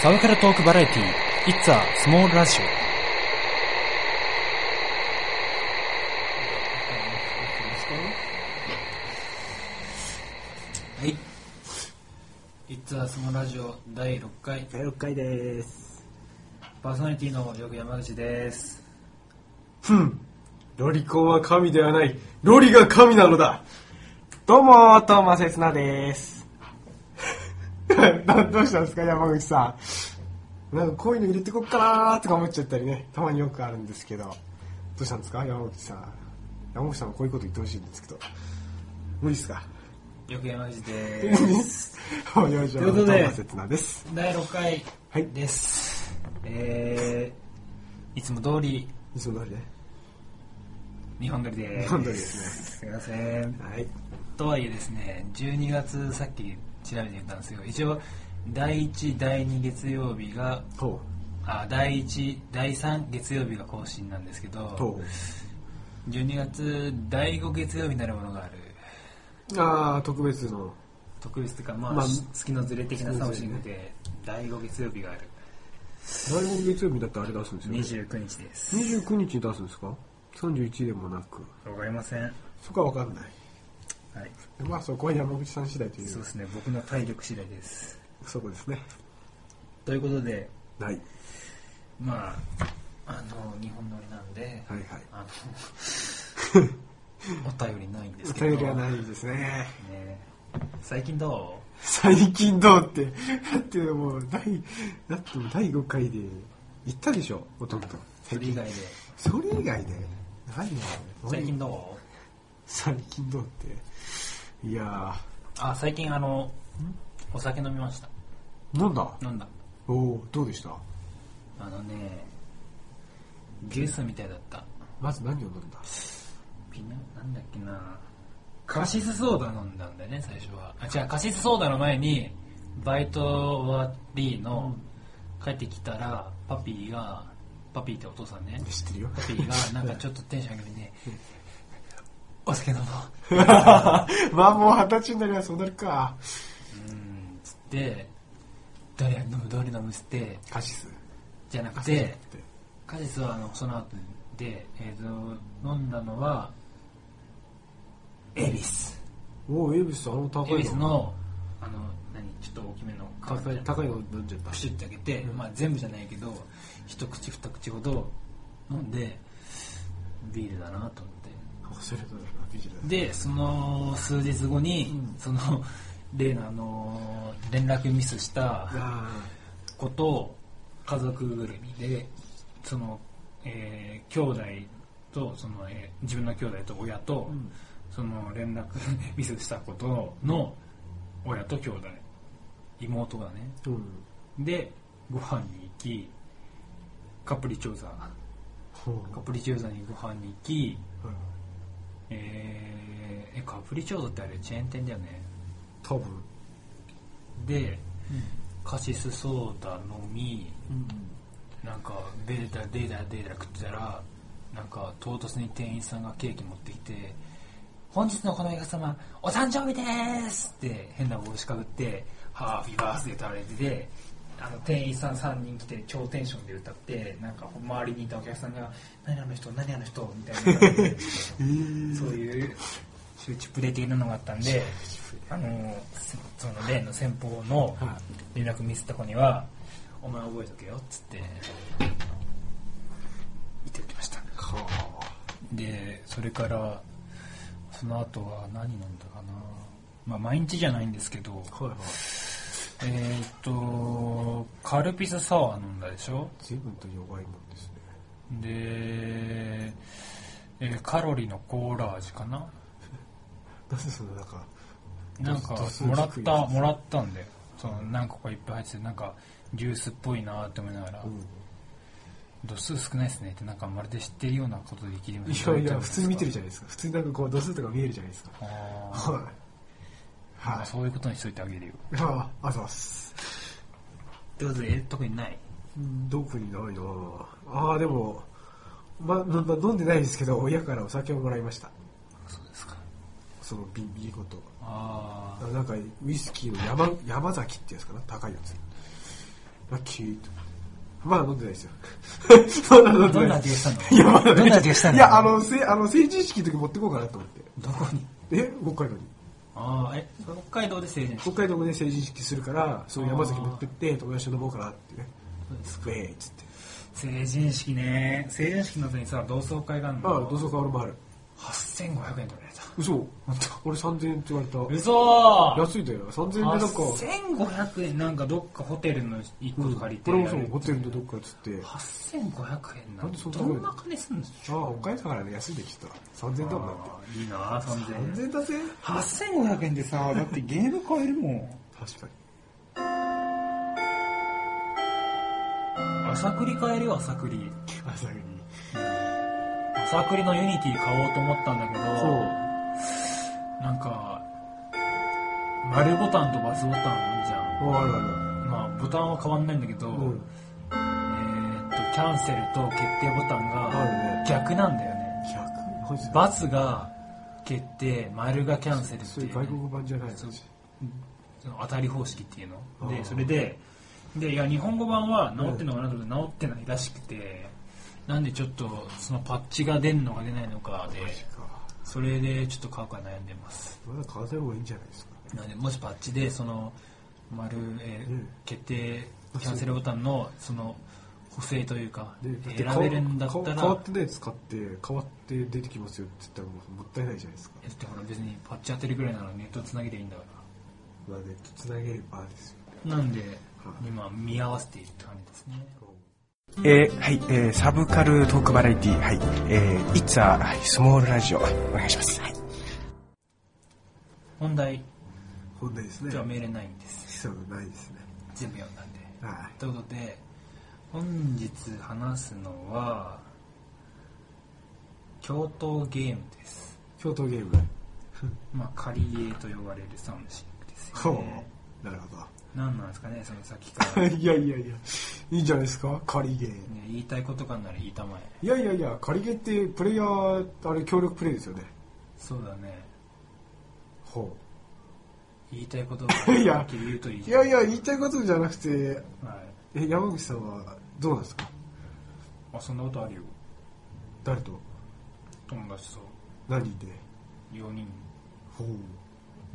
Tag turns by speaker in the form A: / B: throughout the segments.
A: サブカルトークバラエティ It's a Small Radio
B: はい。いつはそのラジオ第6回、
C: 第6回です
B: パーソナリティのよく山口です。
C: ロリコンは神ではないロリが神なのだどうもトーマセスナです などうしたんですか山口さんなんかこういうの入れてこっかなーとか思っちゃったりねたまによくあるんですけどどうしたんですか山口さん山口さんもこういうこと言ってほしいんですけど無理っすか
B: よく山口
C: お
B: です。
C: よいしょ
B: ということ
C: ト
B: で
C: ーマセスナです
B: 第6回
C: はい
B: です。えー、いつも通り
C: いつも通りね
B: 日本撮りです。
C: 日本撮りです
B: ね。すいません。
C: はい
B: とはいえですね、12月さっき調べてみたんですけど、一応、第1、第2月曜日が、
C: と
B: あ、第1、第3月曜日が更新なんですけど、
C: うと
B: 12月第5月曜日になるものがある
C: うああ特別の
B: 特別というかまあ、
C: まあ
B: 月のずれ的な
C: 月
B: サ
C: の
B: ム
C: ズ
B: シ
C: レね
B: ングで第5月曜日がある
C: 来年月曜日だってあれ出すんですよね
B: 29日です
C: 29日に出すんですか31でもなく
B: わかりませんはい
C: そこは分かんないまあそこは山口さん次第という
B: そうですね僕の体力次第です
C: そこですね
B: ということで
C: はい
B: まああの日本撮りなんで、
C: はいはい
B: あのお 便りないんです
C: お
B: けど
C: 便りはないですね
B: ね最近ど
C: 最近どうってだってもう第だってもう第5回で行ったでしょほとんど
B: うそれ以外で
C: それ以外でないの
B: 最近どう
C: 最近どうっていや
B: あ最近あのお酒飲みました
C: ー飲んだ
B: 飲んだ
C: おおどうでした
B: あのねジュースみたいだった
C: まず何を飲んだ
B: ピナなんだっけなカシスソーダ飲んだんだよね最初はあ違うカシスソーダの前にバイト終わりの、帰ってきたらパピーがパピーってお父さんね
C: 知ってるよ
B: パピーがなんかちょっとテンション上げてねお酒飲もう
C: まあもう二十歳になりゃそうなるか
B: うーんつってどれ飲むどれ飲むっつって
C: カシス
B: じゃなく
C: カシスじゃ
B: て
C: なくて
B: 果実はあのその後で、えー、と飲んだのは恵比寿
C: おお、エビス、あの高
B: 恵
C: い
B: 比寿
C: の。
B: のあの何ちょっと大きめのカフェ
C: 高いの飲んじゃっ
B: プ
C: た。
B: シュッて開けて、まあ、全部じゃないけど一口二口ほど飲んでビールだなと思っ
C: それぞれのビジルだ
B: てでその数日後に、その例のあの連絡ミスした
C: あ
B: ことを家族ぐるみでその、えー兄弟とその、えー自分の兄弟と親と、
C: ん
B: その連絡ミスしたことの親と兄弟妹がね
C: ーうん。
B: でご飯に行きカプリチョーザ
C: ほう
B: カプリチョーザにご飯に行き、
C: はい
B: えーえカプリチョーザってあれチェーン店だよね
C: 多分。
B: で、カシスソーダ飲みなんかデータデータデータ食ってたらなんか唐突に店員さんがケーキ持ってきて「本日のこのお客様お誕生日です!」って変な帽子かぶって「ハーフィーバースデー」食べててあの店員さん3人来て超テンションで歌ってなんか周りにいたお客さんが「何あの人何あの人」みたいな感じでそういう周知プレ系なのがあったんであのその例の先方の
C: は
B: 連絡ミスった子には「お前覚えとけよ」っつって言っておきました
C: はあ。
B: でそれからその後は何飲んだかなまあ毎日じゃないんですけど
C: はいはい。
B: えーっとカルピスサワー飲んだでしょ
C: 随分と弱いもんですね。
B: で、えーカロリーのコーラ味かな
C: なぜそのなんか、
B: なんか
C: 度数
B: もらっ
C: 低い
B: た
C: やつ
B: もらったんだよその何個かいっぱい入っててなんかジュースっぽいなって思いながら、
C: うん。
B: 度数少ないですねってなんかまるで知ってるようなことで言い切りま
C: い
B: した
C: やいや、普通に見てるじゃ
B: ん
C: ないですか。普通になんかこう、度数とか見えるじゃないですか。
B: あ
C: はい。
B: ーまあ
C: は
B: そういうことにしといてあげるよ
C: い。ああ、あざっす。
B: ってことで特にない
C: うん特にないなああ、でも、ま、まま飲んでないですけど、親からお酒をもらいました。
B: そうですか
C: その瓶、瓶ごと。
B: あ
C: あなんかウイスキーの山山崎ってやつかな高いやつラッキーとまだ飲んでないですよ まだ飲んで
B: どんな
C: ない
B: 味
C: で
B: がし
C: す
B: たの
C: いやまだね
B: どんな味がしたの
C: いやあのせあの成人式の時持ってこうかなと思って
B: どこに
C: え北海道に
B: ああえ北海道で成人式
C: 北海道もね成人式するからそう山崎持ってって友達と飲もうかなってねすくえーっつって
B: 成人式ね成人式の後にさ同窓会がある
C: ああ
B: の
C: 同窓会俺もある
B: 8500円取られた
C: 嘘本当俺3000円って言われ
B: 嘘
C: た安いんだよ3000円でなんか
B: 8500円なんかどっかホテルの一個とか借りて
C: 俺もそうホテルのどっかっつってあ
B: 8500円な
C: なんんでそん
B: て
C: な
B: ど
C: 高いの
B: んな金すんの
C: あ北海道だからね安いんだよきっと3000円だもんだって
B: あーいいな3000
C: 3000円だぜ
B: 8500円でさだってゲーム買えるもん
C: 確かに
B: 朝栗買えるよ朝栗
C: 朝に
B: 朝栗のユニティ買おうと思ったんだけど
C: そう
B: なんか丸ボタンとバスボタンあるじゃ
C: ああるあ
B: んまあボタンは変わんないんだけど、
C: るうん
B: えーっとキャンセルと決定ボタン
C: ある
B: が
C: ね
B: 逆なんだよね
C: 100マジで
B: バツが決定丸がキャンセルって
C: そう
B: い
C: い
B: う
C: う外国版じゃないの
B: そうその当たり方式っていうの
C: あ
B: で
C: ー
B: それででいや日本語版は直ってんのかなと思って直ってないらしくてなんでちょっとそのパッチが出るのか出ないのかでそれでちょっと買うか悩んでます
C: まだ買わせる方がいいんじゃないですか
B: なんでもしパッチでその丸、えー
C: うん
B: 決定キャンセルボタンのその補正というか
C: でだって
B: 選べるんだっ
C: 変
B: た
C: わ
B: ら
C: 変わってない使って変わって出てきますよって言ったらもうもったいないじゃないですか
B: えだってほら別にパッチ当てるぐらいならネットつなげていいんだか
C: まあネットつなげればですよ
B: らなんで今見合わせているって感じですね
D: えーはい、えーサブカルトークバラエティー、はい、えー、いつは、はい、スモールラジオ、お願いします。はい。
B: 本題
C: 本題ですね
B: じゃメールないんです
C: そうないですね
B: 全部読んだんで
C: は
B: ということで本日話すのは共闘ゲームです
C: い共闘ゲーム
B: まあ仮ゲーと呼ばれるサウンドシンクです
C: ほ
B: よ
C: う
B: ね
C: なるほ
B: 何なんですかねその先から、ね、
C: ど いやいやいやいいんじゃないですか仮ゲー
B: 言いたいことかなら言いたまえ
C: いやいやいや仮ゲーってプレイヤーあれ協力プレイですよね
B: そうだね
C: ほ
B: 言いたいことが
C: いや
B: はっきり言うといい
C: いやいや言いたいことじゃなくて
B: はい
C: え山口さんはどうなんですか
B: あそんなことあるよ
C: 誰と
B: 友達と
C: 何で
B: 4人
C: ほう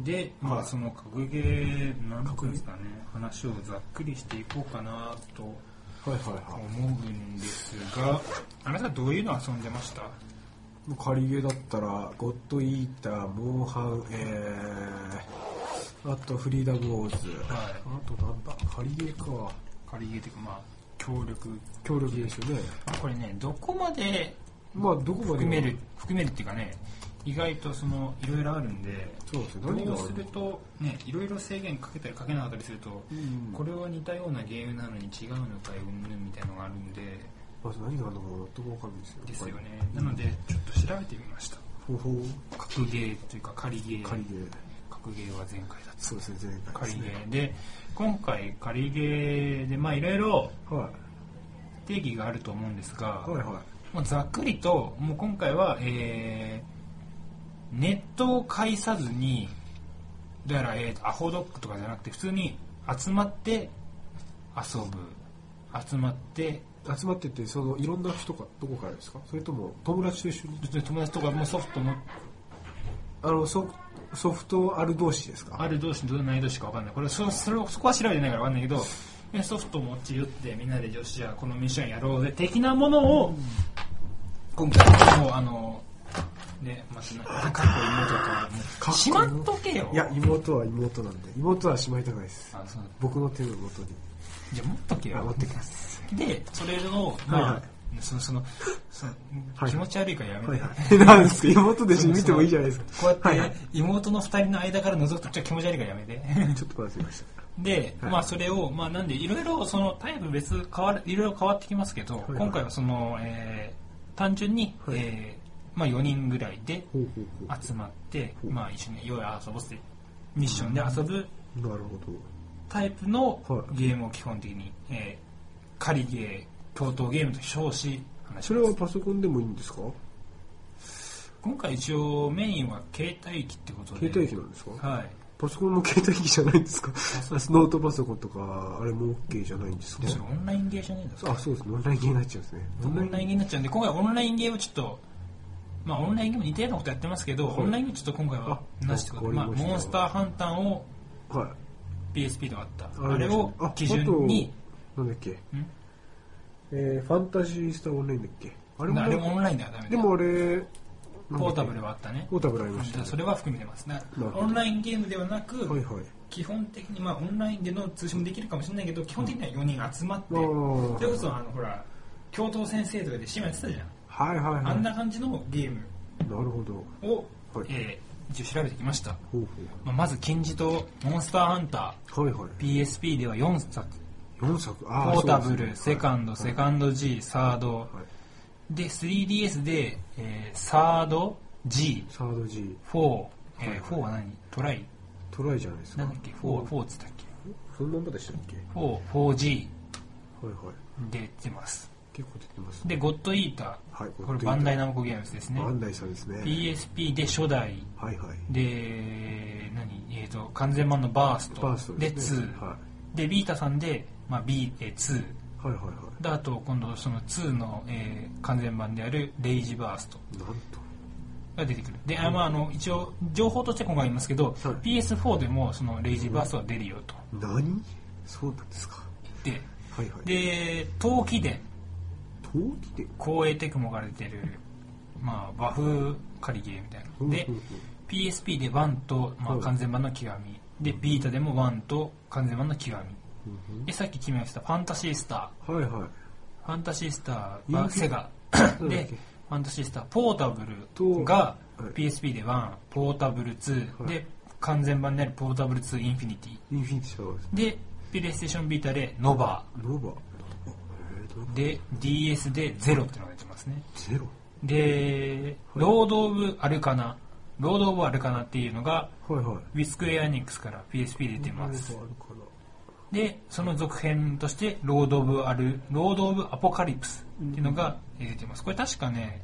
B: で、ま
C: は
B: あ、
C: い
B: その格ゲーなんていうんですかね話をざっくりしていこうかなと
C: はいはいはい
B: 思うんですがあなたどういうの遊んでました
C: もう仮ゲーだったら、ゴッドイーター、モンハン、えー、あとフリーダムウォーズ。
B: はい
C: あとなんだ、仮ゲーか。
B: 仮ゲーというかまあ協力
C: 協力ですよね。
B: あこれねどこまで
C: まあ、どこまで
B: 含
C: も
B: める。含めるっていうかね意外とそのいろいろあるんで
C: そうですよ。何
B: ど
C: が
B: うするとねいろいろ制限かけたりかけなかったりすると、
C: ん
B: これは似たようなゲームなのに違うのかようんぬんみたいのがあるんで
C: まず何があるのか全くわかんないですよ。
B: ですよねなのでちょっと調べてみました
C: ほうほう。
B: 格ゲーというか仮ゲー
C: 仮ゲー。
B: 格ゲーは前回だっ
C: そうですね、前
B: た
C: 回で
B: 仮
C: す
B: ゲ
C: ね。
B: ーで今回仮ゲーでまあいろいろ
C: は
B: 定義があると思うんですが、
C: い。はいは
B: もうざっくりともう今回は、えーネットを介さずにだから、えーアホドッグとかじゃなくて普通に集まって遊ぶ集まって
C: い。集まってて、その、いろんな人か、どこからですかそれとも、友達と一緒に。
B: 友達とかもうソフトも
C: あの、ソソフトある同士ですか
B: ある同士どんな同士か分かんないこれそそれをそこは調べてないから分かんないけどでソフトを持ち寄ってみんなでよしじゃあこのミッションやろうぜ的なものを今回はもうあのねまず、あ、かっこいい妹だと
C: かっこいい
B: しまっとけよ
C: いや、妹は妹なんで、妹はしまいたくないです。
B: あそう
C: 僕の手の元に。
B: じゃあ持っとけ
C: あ、
B: よ
C: 持ってきます。
B: でそれをまあ、
C: はいは
B: そのそのその、
C: はい
B: 気持ち悪いからやめて、
C: はいはい。 なんですか妹弟子見てもいいじゃないですか。
B: こうやって、
C: はいはい
B: 妹の二人の間から覗くとちょっと気持ち悪いからやめて
C: ちょっと忘れまし
B: で、
C: はい
B: まあそれを、まあなんでいろいろそのタイプ別変わる、いろいろ変わってきますけど、
C: はい
B: 今回はその、えー単純に、
C: はい
B: えーまあ4人ぐらいで
C: ほうほうほ
B: 集まって、
C: ほう
B: まあ一緒に夜遊ぼうって、ミッションで遊ぶ
C: う。なるほ
B: タイプの
C: はい
B: ゲームを基本的に、えー仮ゲー、共闘ゲームと称し、
C: ど。
B: 話し
C: それ
B: ま
C: は
B: す。
C: パソコンでもいいんですか
B: 今回一応メインは携帯機ってことで。
C: 携帯機なんですか
B: はい。
C: パソコンも携帯機じゃないんですかノートパソコンとか、あれも OK じゃないんですか
B: でそれオンラインゲーじゃないんですか
C: あ、そうですね。オンラインゲーになっちゃうんですね。
B: オンラインゲーになっちゃうんで今回オンラインゲーをちょっとまあオンラインゲーム似たようなことやってますけど、オンラインゲームちょっと今回はなしってことで、
C: あ
B: ま
C: わ
B: あ、
C: かりました
B: モンスターハンターを
C: は
B: PSP であった
C: い。
B: あれを
C: あ
B: 基準に、
C: あとなんだっけ。えー、ファンタジースターオンラインだっけあれも
B: あれもオンラインではダメ
C: で
B: で
C: もあれ、
B: ポータブ
C: ル。
B: ルはあったね
C: ポータブルありまし
B: だか
C: た
B: ら
C: ね。
B: それは含めてますね
C: ほど
B: オンラインゲームではなく、
C: はいはい。
B: 基本的に、まあ、オンラインでの通信もできるかもしれないけど基本的には4人集まって、
C: あー
B: それこそあのほら教頭先生とかで島やってたじゃん、
C: はいはいは
B: あ
C: い。
B: ん
C: な
B: な感じのゲーム
C: るほど。
B: を、
C: はい
B: えー一応調べてきました、
C: ほう
B: まあ、まず金字塔モンスターハンタ
C: ほう。はいはい。
B: ー PSP では4作
C: 4作。
B: ポ
C: あ
B: ータブ
C: そう
B: ル、
C: です
B: セ
C: ね
B: カンド、セカンド G、サード、
C: はい
B: で 3DS で、えーサード G、
C: サード G、
B: 4、えー、4は何トライ
C: トライじゃないです
B: な
C: か
B: んだっ。け ?4、4っつったっけ
C: そんなまでしたっけ
B: ?4、4G
C: はいはい。
B: で出ます。
C: 結構出てます。
B: で、ゴッドイーター。
C: はい
B: こ
C: ゴッド
B: れ
C: イーター
B: バンダイナムコゲームズですね
C: バ。ンダイさんですね。
B: PSP で初代、
C: はいはい。
B: で、何えっ、と、完全版のバースト。
C: バースト
B: で
C: ですね。
B: 2。
C: は
B: で、ビータさんで、まあ、B、えー、2。
C: い。はいはいは
B: で、あと、今度、その2の、えー完全版である、レイジバースト。
C: い。なんと。
B: が出てくる。で、あまあ、あの、一応、情報として今回言いますけど、
C: はい
B: PS4 でも、その、レイジバーストは出るよと。
C: 何そうなんですか。
B: で、
C: はいはい。
B: で、陶器伝、
C: 陶器で。
B: 光栄テクモから出てる、まあ、和風仮ゲーみたいな。で
C: うんうんうん、
B: PSP で1と、ま
C: は
B: あ、
C: い
B: 完全版の極み。で、ビータでも1と完全版の極
C: うん
B: み。で、さっき決めました、ファンタシースタ
C: はいはい。
B: ー。ファンタシースター
C: 人
B: は
C: 気
B: セガ。
C: そうだっ
B: で
C: け、
B: ファンタシースター、ポータブ
C: と
B: ルが
C: はい
B: PSP で1、ポータブル2、
C: はい
B: で、完全版であるポータブル2インフィニティ。
C: インフィニティシャワーです。
B: で、プレイステーションビータでノバ
C: ノバ。えー、ノバ
B: ー。で、DS でゼロってのが出てますね。
C: ゼロ。
B: で、ロード・オブ・アルカナ。ロード・オブ・アルカナっていうのが、
C: はいはい。
B: ウィスクエアエニックスから PSP で出てます
C: ノ。バあるかな。
B: で、その続編として、ロード・オブ・アル、ロード・オブ・アポカリプスっていうのがえー出てます。これ確かね、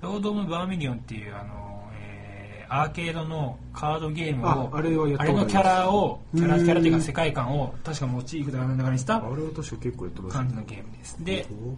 B: ロード・オブ・バーミリオンっていう、あの、えーアーケードのカードゲームを、
C: ああれはやった
B: あ
C: こ
B: れ
C: とあります
B: のキャラを、キャラ、
C: うん
B: キャラっていうか世界観を、確かモチーフであの中にした
C: あれは確か結構やってます
B: 感じのゲームです。で、
C: お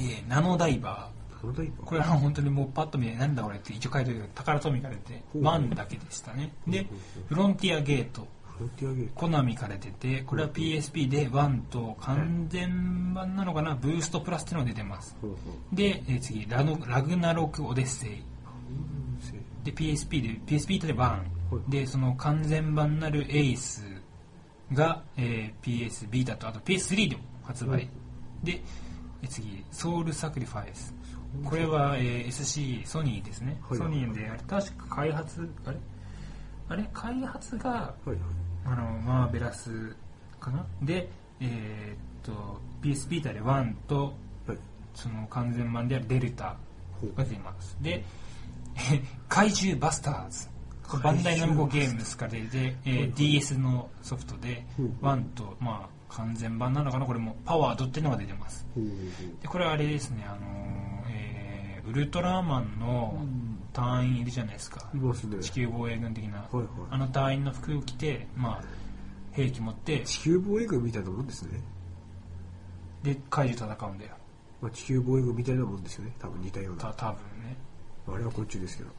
B: えーナノダイバー。
C: ナノダイバー
B: これは本当にもうパッと見て、なんだこれって一応書いてるけど、宝富から出て、
C: ほう
B: ワンだけでしたね。で、フロンティアゲート、
C: フロンティアゲーム。
B: コナミから出て、これは PSP でワンと完全版なのかな、ブーストプラスっていうのが出てます。
C: ほうほ
B: で、えー次ラノ、ラグナロク・オデッセイ。
C: ううんせ
B: で、PSP で、PSP とでワ
C: ほい
B: ン。で、その完全版なるエイスが、えー PS ビータと、あと PS3 でも発売。で、えー次、ソウル・サクリファイス。これは、えー SC、ソニーですね。
C: はい
B: ソニーで、あれ、確か開発、あれあれ、開発が、
C: はいはい。
B: あの、マーベラスかなで、えーっと、PS ビータでワンと、
C: はい。
B: その完全版であるデルタ
C: ほう
B: が出ます。で、 え怪獣バスターズ。これバンダイナムコゲームですからで、でえー DS のソフトで
C: ほうほ、う
B: ワンと、まあ、完全版なのかなこれも、パワードっていうのが出てます。
C: ほう
B: で、これはあれですね、あのーえーウルトラマンの隊員いるじゃないですか。
C: いますね。
B: 地球防衛軍的な、
C: いはい
B: あの隊員の服を着て、まあ、兵器持って、
C: 地球防衛軍みたいなもんですね。
B: で、怪獣戦うんだよ。
C: まあ、地球防衛軍みたいなもんですよね。多分似たような。
B: た多分ね。
C: あれはこっちですけど。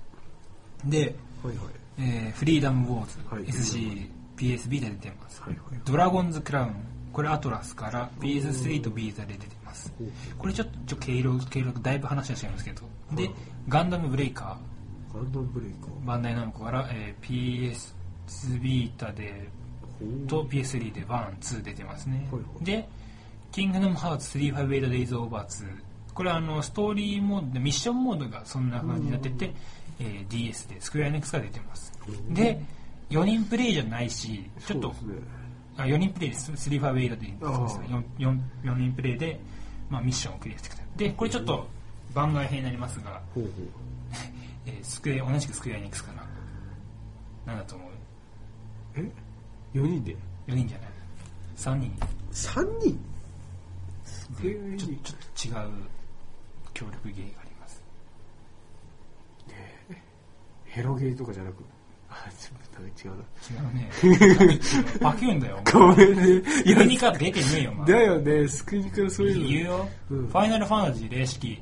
B: で、
C: はいはい。
B: えーフリーダムウォ
C: はい
B: ーズ、SC、PSB で出てます。
C: はいはい。
B: ドラゴンズクラウン、これアトラスから PS3 とビータで出てます。これちょっと、ちょ、経路、経路、だいぶ話は違いますけど。で、ガンダムブレイカ
C: ガンダムブレイカー。
B: ー、バンダイナムコから、えー PS ビータで
C: ほう
B: と PS3 で1、2出てますね
C: はいは。い
B: で、キングダムハーツ 358Days Over 2。これはあの、ストーリーモード、ミッションモードがそんな感じになってて、えー DS で、スクエアエネックスが出てます。で、4人プレイじゃないし、ちょっと、
C: そうですね。
B: あ4人プレイです。358Days で
C: あー
B: そうですね。4, 4人プレイで、まあ、ミッションをクリアしてください。で、これちょっと番外編になりますが、
C: ほうほ
B: えースクエア、同じくスクエアエネックスから。なんだと思う
C: う。え ?4 人で
B: ?4 人じゃない ?3 人。
C: ?3 人すげえ
B: ちょちょっと違う協力芸があります。
C: ヘロゲーとかじゃなく。あ、ちょっと
B: 違うね。
C: 違う な。
B: バキュンだよ。
C: ごめんね。い
B: ユ
C: や、
B: ニカ出てねえよ、お前
C: だよね、スクニクはそう
B: 言
C: いうう
B: よ、
C: うん
B: ファイナルファンタジー霊式、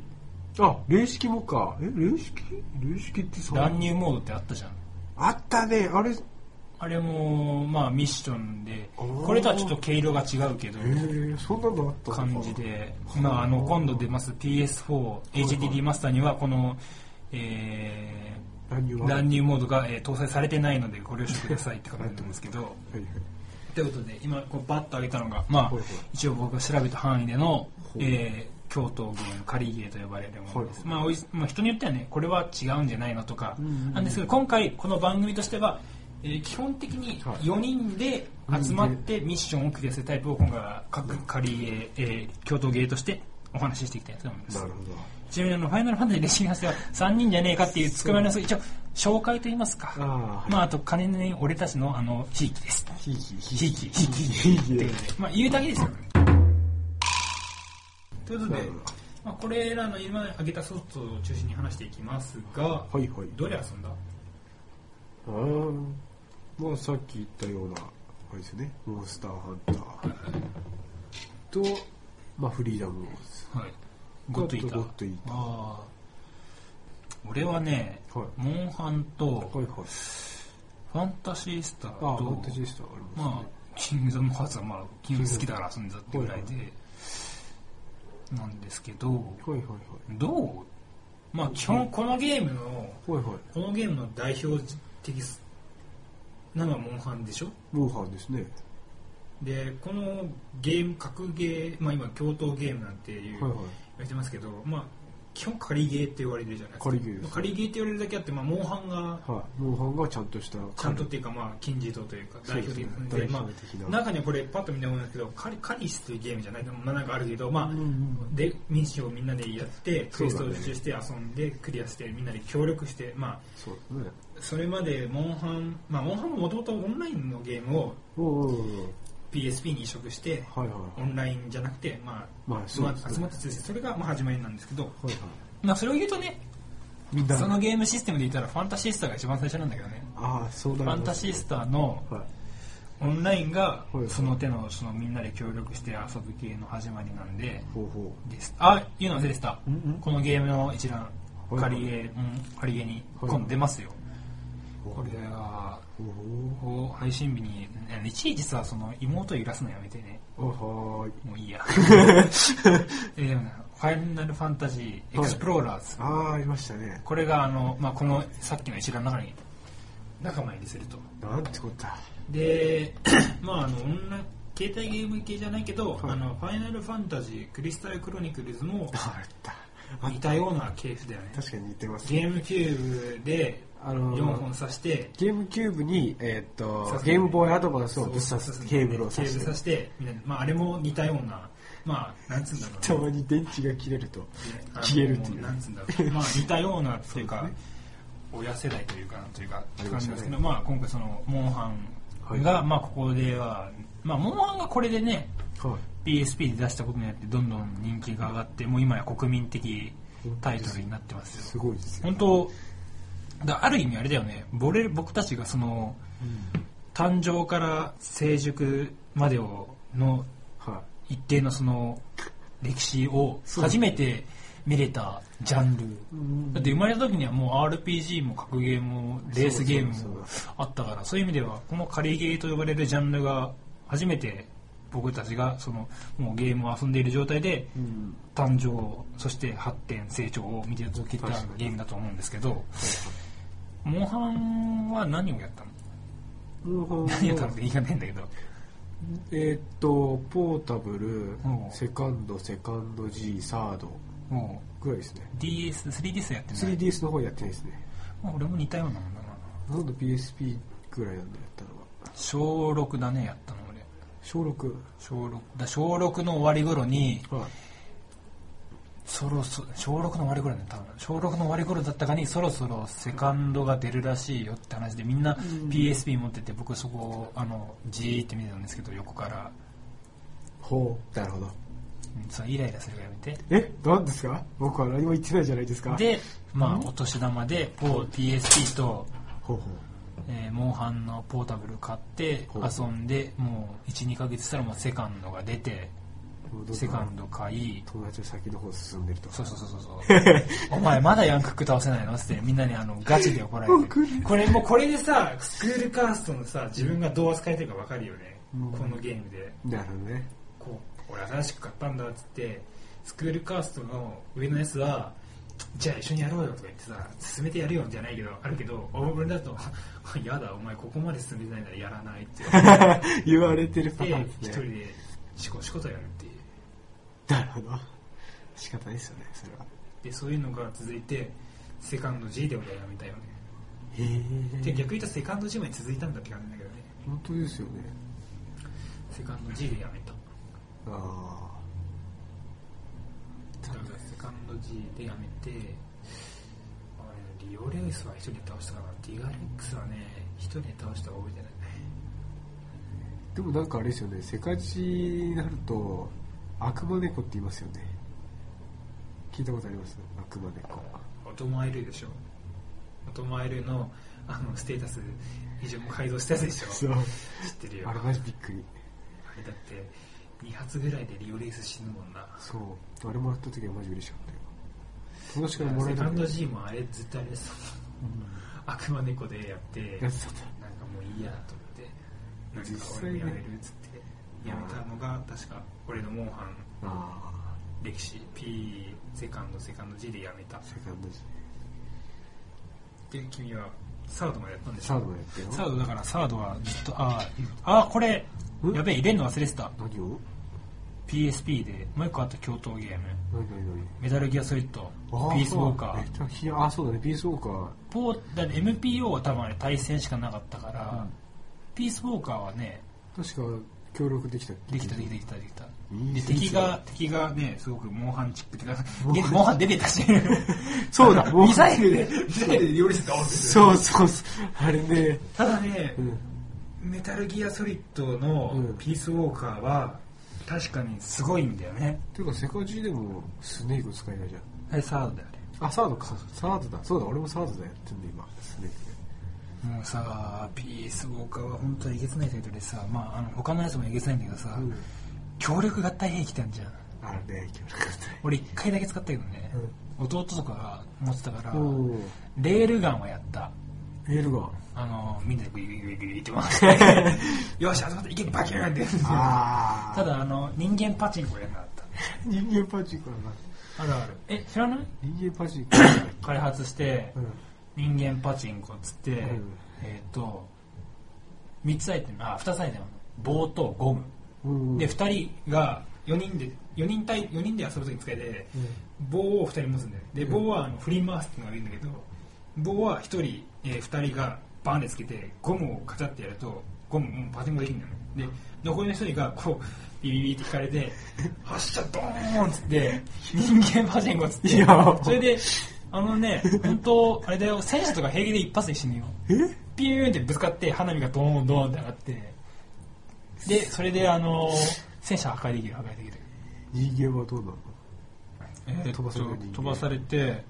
C: の。あ、霊式もか。え、霊式霊式ってそ
B: 乱
C: う。
B: 入モードってあったじゃん。
C: あったね、あれ。へ
B: あれも、まあミッションで、
C: おー
B: これとはちょっと毛色が違うけど、
C: え、そんなのあったの
B: 感
C: か
B: じ。で、まああの、今度出ます PS4、HD リマスターには、この、え
C: 乱入
B: ー、
C: は。
B: 乱入モードが、えー搭載されてないのでご了承くださいって書かれてますけど、
C: はいはい。
B: ということで、今、こうバッと上げたのが、まあ
C: ほいほい、
B: 一応僕が調べた範囲での、
C: ほう
B: えー京都軍の仮芸と呼ばれるものです。
C: ほい
B: ま
C: ほい
B: あおいまあ、人によってはね、これは違うんじゃないのとか、
C: んうんうん
B: なんですけど、今回、この番組としては、えー基本的に
C: はい
B: 4人で集まってミッションをクリアするタイプを今回は各仮芸、えー京都芸としてお話ししていきたいと思いま
C: な
B: す
C: る。ほど。
B: ちなみにあの、ファイナルファンタジーレシピに関しては3人じゃねえかっていうつくまりの、一応、紹介といいますか、
C: ああ、
B: まあ、あと、金に俺たちの、あの、ひいきです。
C: ひいひいひい
B: ひいき、ひいき、
C: ひいひ
B: っ
C: い
B: てことでまあ、言うだけですよ。ということで
C: なるほど、
B: まあ、これらの今挙げたソフトを中心に話していきますが、
C: はいはい。
B: どれ遊んだ
C: ああ、まあさっき言ったような、あれですね、モンスターハンターと、まあフリーダムウォーズ。
B: はい。ゴッドイーター。
C: ゴッドイーター
B: ああ。俺はね、
C: はい
B: モンハンと、
C: はいはい。
B: ファンタシースター
C: ああ、ファ
B: と
C: ンタ、ジースターありますね。
B: まあ、キングダムハーツはまあ、キング好きだから遊んだってぐらいで、なんですけど、
C: はいはい
B: どうまあ基本このゲームの
C: はい。はいはい。
B: このゲームの代表的なのはモンハンでしょ
C: モンハンですね。
B: でこのゲーム格ゲーまあ今共闘ゲームなんていう言
C: はいは
B: われてますけど、まあ基本仮ゲーって言われてるじゃないですか
C: 仮ゲーです
B: 仮ゲーって言われるだけあって、まあ、モンハンが
C: い。はい。モンハンがちゃんとした、
B: ちゃんとっていうかまあ金字塔というか代表的なん
C: そう
B: で
C: です
B: ま
C: ね代表的な
B: あ、中にはこれパッと見て思うんですけどカリカリスというゲームじゃないでもまあなんかあるけどまあ、
C: うんうん
B: でミッションをみんなでやってクエストを
C: そうだね
B: 受注して遊んでクリアしてみんなで協力してまあ
C: そうですね。
B: それまでモンハン、まあ、モンハンももともとオンラインのゲームを
C: おうおうおう
B: PSP に移植して、
C: はいはい
B: オ
C: はい。
B: ンラインじゃなくて、まあ、
C: まあそうですね
B: まあ集まって通信それがまあ始まりなんですけど、
C: はいはい。
B: まあ、それを言うとね、
C: みんな、
B: そのゲームシステムで言ったら、ファンタシースターが一番最初なんだけどね、
C: ああ、そう
B: フ
C: だ
B: ァンタシースターの
C: はい。
B: オンラインが
C: いはい、
B: その手のそのみんなで協力して遊ぶ系の始まりなんで、
C: ほうほ
B: ですあ、いうの忘れてた
C: うんうん。
B: このゲームの一覧、
C: いはい
B: 仮ゲー、うん、仮ゲーに今度出ますよ。これが、
C: う。ほ
B: こう配信日にいちいちさその妹を揺らすのやめてね
C: うほう。はーい。
B: もういい やえーでもねファイナルファンタジーエクスプローラーズ、
C: ああ、ありましたね。
B: これがあの、まあ、このさっきの一覧の中に仲間入りすると
C: なんてこった。
B: で まああのオンライン携帯ゲーム系じゃないけど、
C: はい
B: あのファイナルファンタジークリスタルクロニクルズ も
C: あった。あ
B: 似たような系譜だよね
C: 確かに似てますね。
B: ゲームキューブで
C: あ
B: 4
C: のー
B: 本挿して
C: ゲームキューブに、えーっと
B: 刺、す
C: ゲームボーイアドバンスをぶっ刺
B: そう
C: す
B: そう
C: ケーブルを
B: ケ
C: 刺
B: ーブル
C: して
B: 刺。してみんなでまあ、あれも似たような、まあ、なんつうんだろう
C: たまに電池が切れると
B: あの
C: 消えるっていう
B: なんつうんだろう、まあ、似たようなっていうか、親世代というか、なんというか、
C: り
B: 感
C: ま
B: じ
C: したね
B: ですけど、まあ、今回、その、モンハン
C: は
B: が、まあ、ここでは、まあ、モンハンがこれでね、
C: はい
B: PSP で出したことによって、どんどん人気が上がって、もう今や国民的タイトルになってます
C: す
B: よ。
C: ごいですよ、
B: 本当だある意味あれだよね、ボレ僕たちがその、誕生から成熟までをの
C: は
B: 一定のその歴史を
C: そう
B: 初めて見れたジャンル
C: い、うん
B: だって生まれた時にはもう RPG も格ゲームもレースゲーム
C: そう
B: もあったからそういう意味ではこの仮ゲーと呼ばれるジャンルが初めて僕たちがそのもうゲームを遊んでいる状態で
C: うん
B: 誕生そして発展成長を見てきた
C: 確かに
B: ゲームだと思うんですけどモンハンは何をやったの
C: モンハ
B: 何や
C: ン
B: ったのっ
C: は
B: て言いかないんだけど
C: えーっとポータブル
B: うん
C: セカンドセカンド G サード
B: も
C: ぐらいですね
B: う DS、3DS やってない
C: 3DS の方やってないですね
B: まあ俺も似たようなもんだな
C: ほとんど PSP ぐらいなんだやったのは
B: 小6だねやったの俺
C: 小6
B: 小6だ小6の終わり頃に
C: はい
B: そろそろ小6の終わり頃ね多分小6の終わり頃だったかにそろそろセカンドが出るらしいよって話でみんな PSP 持ってて僕そこをあのじーって見てたんですけど横から
C: ほうなるほど
B: うんそうイライラするからやめて
C: え何ですか僕は何も言ってないじゃないですか
B: でまあお年玉でこう PSP と
C: ほうほう
B: えーモンハンのポータブル買って
C: ほう
B: 遊んでもう12ヶ月したらもうセカンドが出てセカンド買い
C: 友達は先の方進んでると
B: そうそうそうそうそう お前まだヤンクック倒せないのってみんなにあのガチで怒られて
E: これもうこれでさスクールカーストのさ自分がどう扱いたいか分かるよね、このゲームで
C: なるほどね
E: こう俺新しく買ったんだっつってスクールカーストの上のやつはじゃあ一緒にやろうよとか言ってさ進めてやるよじゃないけどあるけど俺だと やだお前ここまで進めてないならやらないって
C: 言われ てるパタ
E: 言
C: ー
E: っ
C: ン
E: て一
C: です
E: 人
C: ね
E: でしこしことやるっていう
C: なるほど仕方ないですよねそれは
E: でそういうのが続いてセカンド G で俺はやめたよね
C: へ
E: で
C: え
E: 逆に言ったらセカンド G まで続いたんだって感じだけどね
C: 本当ですよね
E: セカンド G でやめた
C: あ
E: だからセカンド G でやめて、あれリオレウスは一人で倒したから、ディガレックスはね、一人で倒した方が覚えてないね。
C: あでもなんかあれですよね世界一になると悪魔猫って言いますよね聞いたことあります悪魔猫
E: オトマイルでしょ。オトマイルのあのステータス、以上も改造したやつでしょ。知
C: う
E: ってるよ。
C: あ
E: あ
C: れ
E: れ
C: マジびっくり
E: だって、2発ぐらいでリオレウス死ぬもんな。
C: そうあれもらった時はマジ嬉しかったよ友達からもらえ
E: セ
C: た
E: カン
C: んだ
E: ド
C: よ
E: G もあれ、ずっとあれです。悪魔猫でやって、
C: やってたんだ
E: なんかもういいやと思って、なん
C: 実
E: か
C: 際
E: 俺
C: ね
E: もやめるっつって、やめたのが確か俺のモンハン
C: あ
E: 歴史 P セカンドセカンド G でやめた
C: あセカンド G
E: で君はサードまでやったんでし
C: サ
E: ょ
C: ードもやってよ
B: サードだからサードはずっとあーあーこれ
C: ん
B: やべえ入れんの忘れてた
C: 何を
B: PSP でもう一個あった共闘ゲーム
C: 何何何
B: メタルギアソリッド
C: あ
B: ピースウォーカー
C: そうめっちゃあそうだねピースウォーカー
B: ポーだって MPO は多分あれ対戦しかなかったから、ピースウォーカーはね
C: 確か協力できたっけ
B: できたできたできたできた
C: いい
B: で
C: センス
B: 敵
C: だ
B: が敵がねすごくモンハンチックっていうかゲモンハン出てたし
C: そう だ
B: ミサイルでミサイルでより
E: 倒す
C: そうそうそうあれね
E: ただね、
C: ん
E: メタルギアソリッド
C: う
E: の
C: ん
E: ピースウォーカーは
B: 確かにすごいんだよね
C: ていうか世界中でもスネーク使えないじゃん
B: あれサードだよね
C: あサードかサードだそうだ俺もサードだやってんだ今スネーク
B: もうさピースウォーカーは本当にえげつないタイトルでさ、まあ、あの他のやつもえげつないんだけどさ、
C: ん
B: 協力合体兵器ってあるじゃん
C: あれね協力隊
B: 俺1回だけ使ったけどね、弟とかが持ってたから、
C: おお
B: レールガンはやった
C: エルガン
B: あのみんなでグイグイグイグイって回して よしあそこでいけバキューンって
C: あ
B: ただあの人間パチンコやんなかっ
C: 人間パチンコだな
B: たあるあるえ知らない
C: 人間パチンコだな
B: 開発して、
C: うん
B: 人間パチンコっつって、
C: ん
B: えっ、と3つアイテムあ2つアイテム棒とゴム、
C: うん
B: で
C: で
B: 2人が4人で4人対4人で遊ぶ時に使えて、棒を2人持つんだよで棒はあの振り回すっていうのがいいんだけど棒は1人、え2人がバンでつけてゴムをカチャってやるとゴムもうパチンコできるんだよねで残りの1人がこうビビビって引かれ て発射ドーンっつって人間パチンコっつって
C: いや
B: それであのね本当あれだよ戦車とか平気で一発で死ぬよ
C: え
B: ピューンってぶつかって花火がドーンドーンって上がってでそれであの戦車破壊できる破壊できる
C: 人間はどうなの
B: え
C: 飛ばされる
B: て
C: 人間
B: 飛ばされて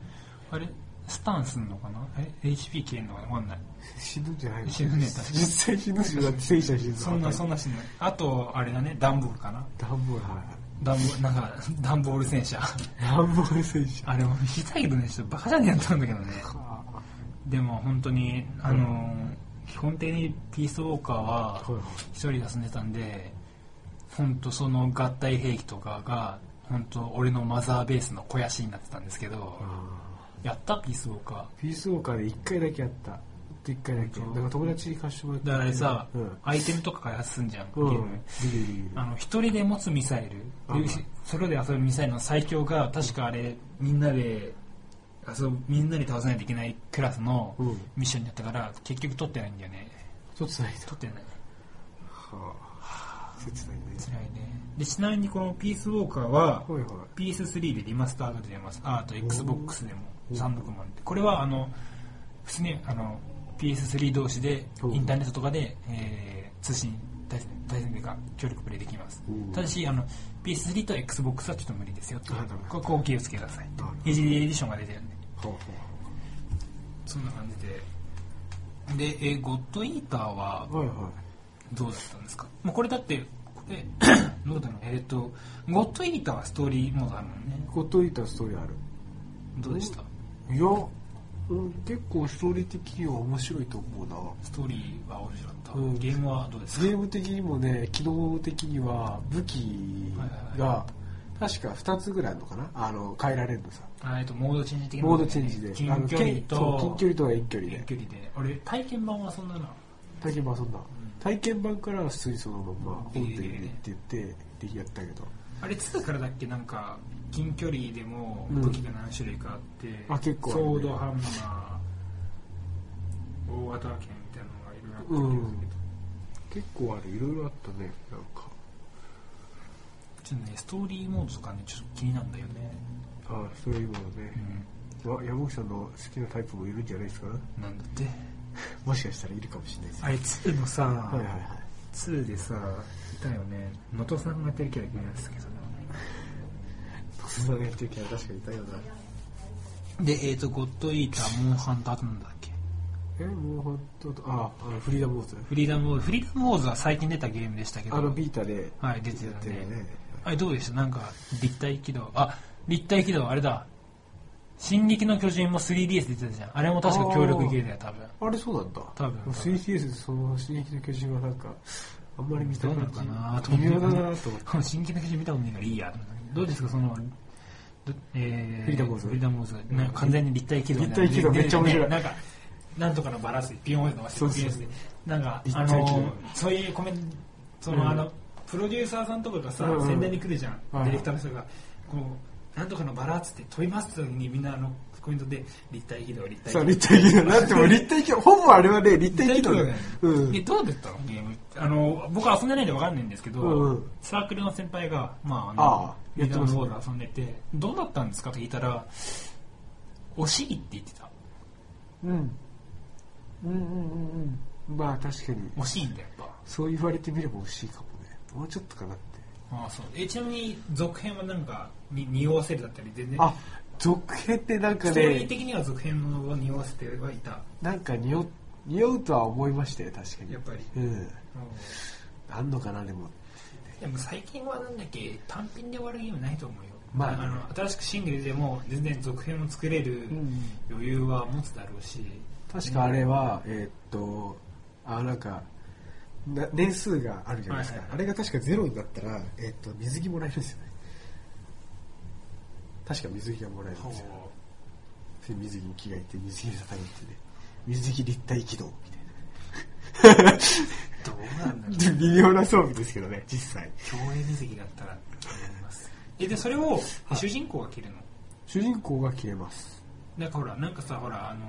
B: あれスタンすんのかなえ HP 切れんのかなわかんない
C: 死ぬんじゃないの
B: 死ぬね確かに
C: 実際死ぬしだって戦車死ぬ
B: そんなそん
C: な
B: なしないあとあれだね段ボールかな
C: ダンボールはい
B: 段ボールなんか 段ボール戦車
C: ダンボール戦車
B: あれも引きたいけどねちょっとバカじゃねえやったんだけどね
C: は
B: でも本当にあのー基本的にピースウォーカー
C: あ
B: は
C: はい
B: 一人で遊んでたんで本当その合体兵器とかが本当俺のマザーベースの肥やしになってたんですけど
C: あ
B: やったピースウォーカー
C: ーピースウォーカーで一回だけやったで一回だけなんか友達に貸してもらった
B: だからあれさ、
C: うん
B: アイテムとか開発すんじゃん、
C: うん
B: ゲーム
C: ビリビリビリ
B: あの一人で持つミサイル、
C: うん
B: ソロで遊ぶミサイルの最強が確かあれみんなで遊ぶみんなで倒さないといけないクラスの
C: うん
B: ミッションだったから結局取ってないんだよね
C: ちょっとないと
B: 取ってない
C: はあ切ないね
B: 辛いねでちなみにこのピースウォーカーは
C: はいはい
B: ピース3でリマスターが出てますああと XBOX でも360でこれはあの普通にあの PS3 同士で
C: うん
B: インターネットとかで、えー通信対戦対戦というか協力プレイできます
C: うん
B: ただしあの PS3 と XBOX はちょっと無理ですよっていう
C: あダメ
B: ここを気をつけてください
C: なるほど
B: イージーエディションが出てるんで
C: はあは
E: そんな感じで
B: で、えーゴッドイーターは
C: はいはい。
B: どうだったんですか、まあ、これだって、こ れどうだろう、えっ、と、ゴッドイーターはストーリーモードあるもんね。
C: ゴッドイーターストーリーある。
B: どうでした
C: いや、うん結構ストーリー的には面白いと思うな。
B: ストーリーは面白かった、
C: うん
B: ゲームはどうですか
C: ゲーム的にもね、機能的には武器が、確か2つぐらいあるのかなあの、変えられるのさ。
B: あえっと、モードチェンジ的な
C: モ
B: こ
C: ー
B: と
C: ド
B: だ
C: チ
B: よ
C: ェン
B: ね、
C: ジで。
B: 近距離
C: あのけそう
B: と
C: 近距離とは遠距離
B: 遠
C: で。
B: 距離で。俺、体験版はそんなな。
C: 体験版はそんな。体験版からは普通にそのまま本店に行ってって、できやったけど。
B: あれ、2からだっけなんか、近距離でも
C: うん
B: 武器が何種類かあって、
C: あ結構あるね
B: ソードハンマー、大型剣みたいなのがいろいろあ
C: う
B: った
C: ん。結構ある。いろいろあったね。なんか。
B: ちょっとね、ストーリーモードとかね、ちょっと気になるんだよね。
C: ああ、そういうのね。わ山口さんの好きなタイプもいるんじゃないですか
B: なんだって。
C: もしかしたらいるかもしれないです。
B: あれ、2のさ、
C: はいはいはい。
B: 2でさ、いたよね。能登さんがやってるキャラ気になってたけどね。
C: 特殊なねっていうキャラ確かにいたような。
B: で、えっ、と、ゴッドイーター、モンハンとあとなんだっけ
C: え、もう本当と、あ、あのフリーダムウォーズ。
B: フリーダムウォーズ、フリーダムウォーズは最近出たゲームでしたけど、
C: あのビータで
B: はい、出て
C: やったてる
B: ね。
C: ね。
B: あれどうでしたなんか、立体起動。あ、立体起動、あれだ。進撃の巨人も 3DS 出てたじゃん。あれも確か協力ゲーだよ、多分。
C: あれそうだった
B: 多分
C: 3CS でその進撃の巨人はなんか、あんまり見た
B: どうな
C: 感
B: の
C: じ
B: かなと
C: 微
B: 思
C: 妙だなと
B: っ
C: 思って
B: て。 進撃の巨人見たことないからいいやと思ったけど。どうですか、その、どえー
C: フリーダムウォーズ
B: フリーダムウォーズがなんか完全に立体起動みたいな
C: 立体起動めっちゃ面白い
B: ねなんか、なんとかのバランスでピヨンって伸ばして、
C: そうそう
B: ピヨンって。なんか、
C: 立
B: あ
C: 体起動
B: の、そういうコメント、その、あの、プロデューサーさんとかがさ
C: うん、うん
B: 宣伝に来るじゃん。デ
C: はい
B: ィレクターの人が、こう、なんとかのバランスって飛びますって時にみんなあの、コメントで、立体起動、立体起
C: そ
B: 動
C: う、。立体機能。だってもう立体機能、ほぼあれはね、立体機能だよ。う
B: え
C: ん。
B: どうだったのゲームあの僕は遊んでないんで分かんないんですけど、
C: うんうん
B: サークルの先輩が、まあ、あ
C: ああ
B: リーダーの
C: や
B: 方
C: ってま
B: で遊んでてどうだったんですかって聞いたら惜しいって言ってた
C: うん。うんうんうんうん。まあ確かに、
B: 惜しいんだやっぱ
C: そう言われてみれば欲しいかもね。もうちょっとかなって。
B: ああそうえちなみに続編はなんかに匂わせるだったり全然
C: あ、続編ってなんか
B: ストーリー
C: ね、
B: 的には続編を匂わせてはいた
C: なんか匂う匂うとは思いましたよ、確かに
B: やっ。ぱり、
C: うん。
B: うん
C: あんのかな、でも。
B: でも最近はなんだっけ単品で終わるゲームないと思うよ、
C: まあね
B: の新しくシングルでも全然続編を作れる余裕は持つだろうし、
C: 確かあれは、えーっと、あ、なんか、な年数があるじゃないですか。
B: はいはい
C: あれが確かゼロになったら、えーっと、水着もらえるんですよね。確か水着がもらえるんですよ。で水着に着替えて、水着に畳むってね。水着立体起動みたい
B: ど
C: な。
B: うなんだろう
C: 微妙な装備ですけどね、実際。
B: 競泳水着だったらと思います えでそれを主人公が着るの
C: 主人公が着れます。
B: なんかほらなんかさほらあの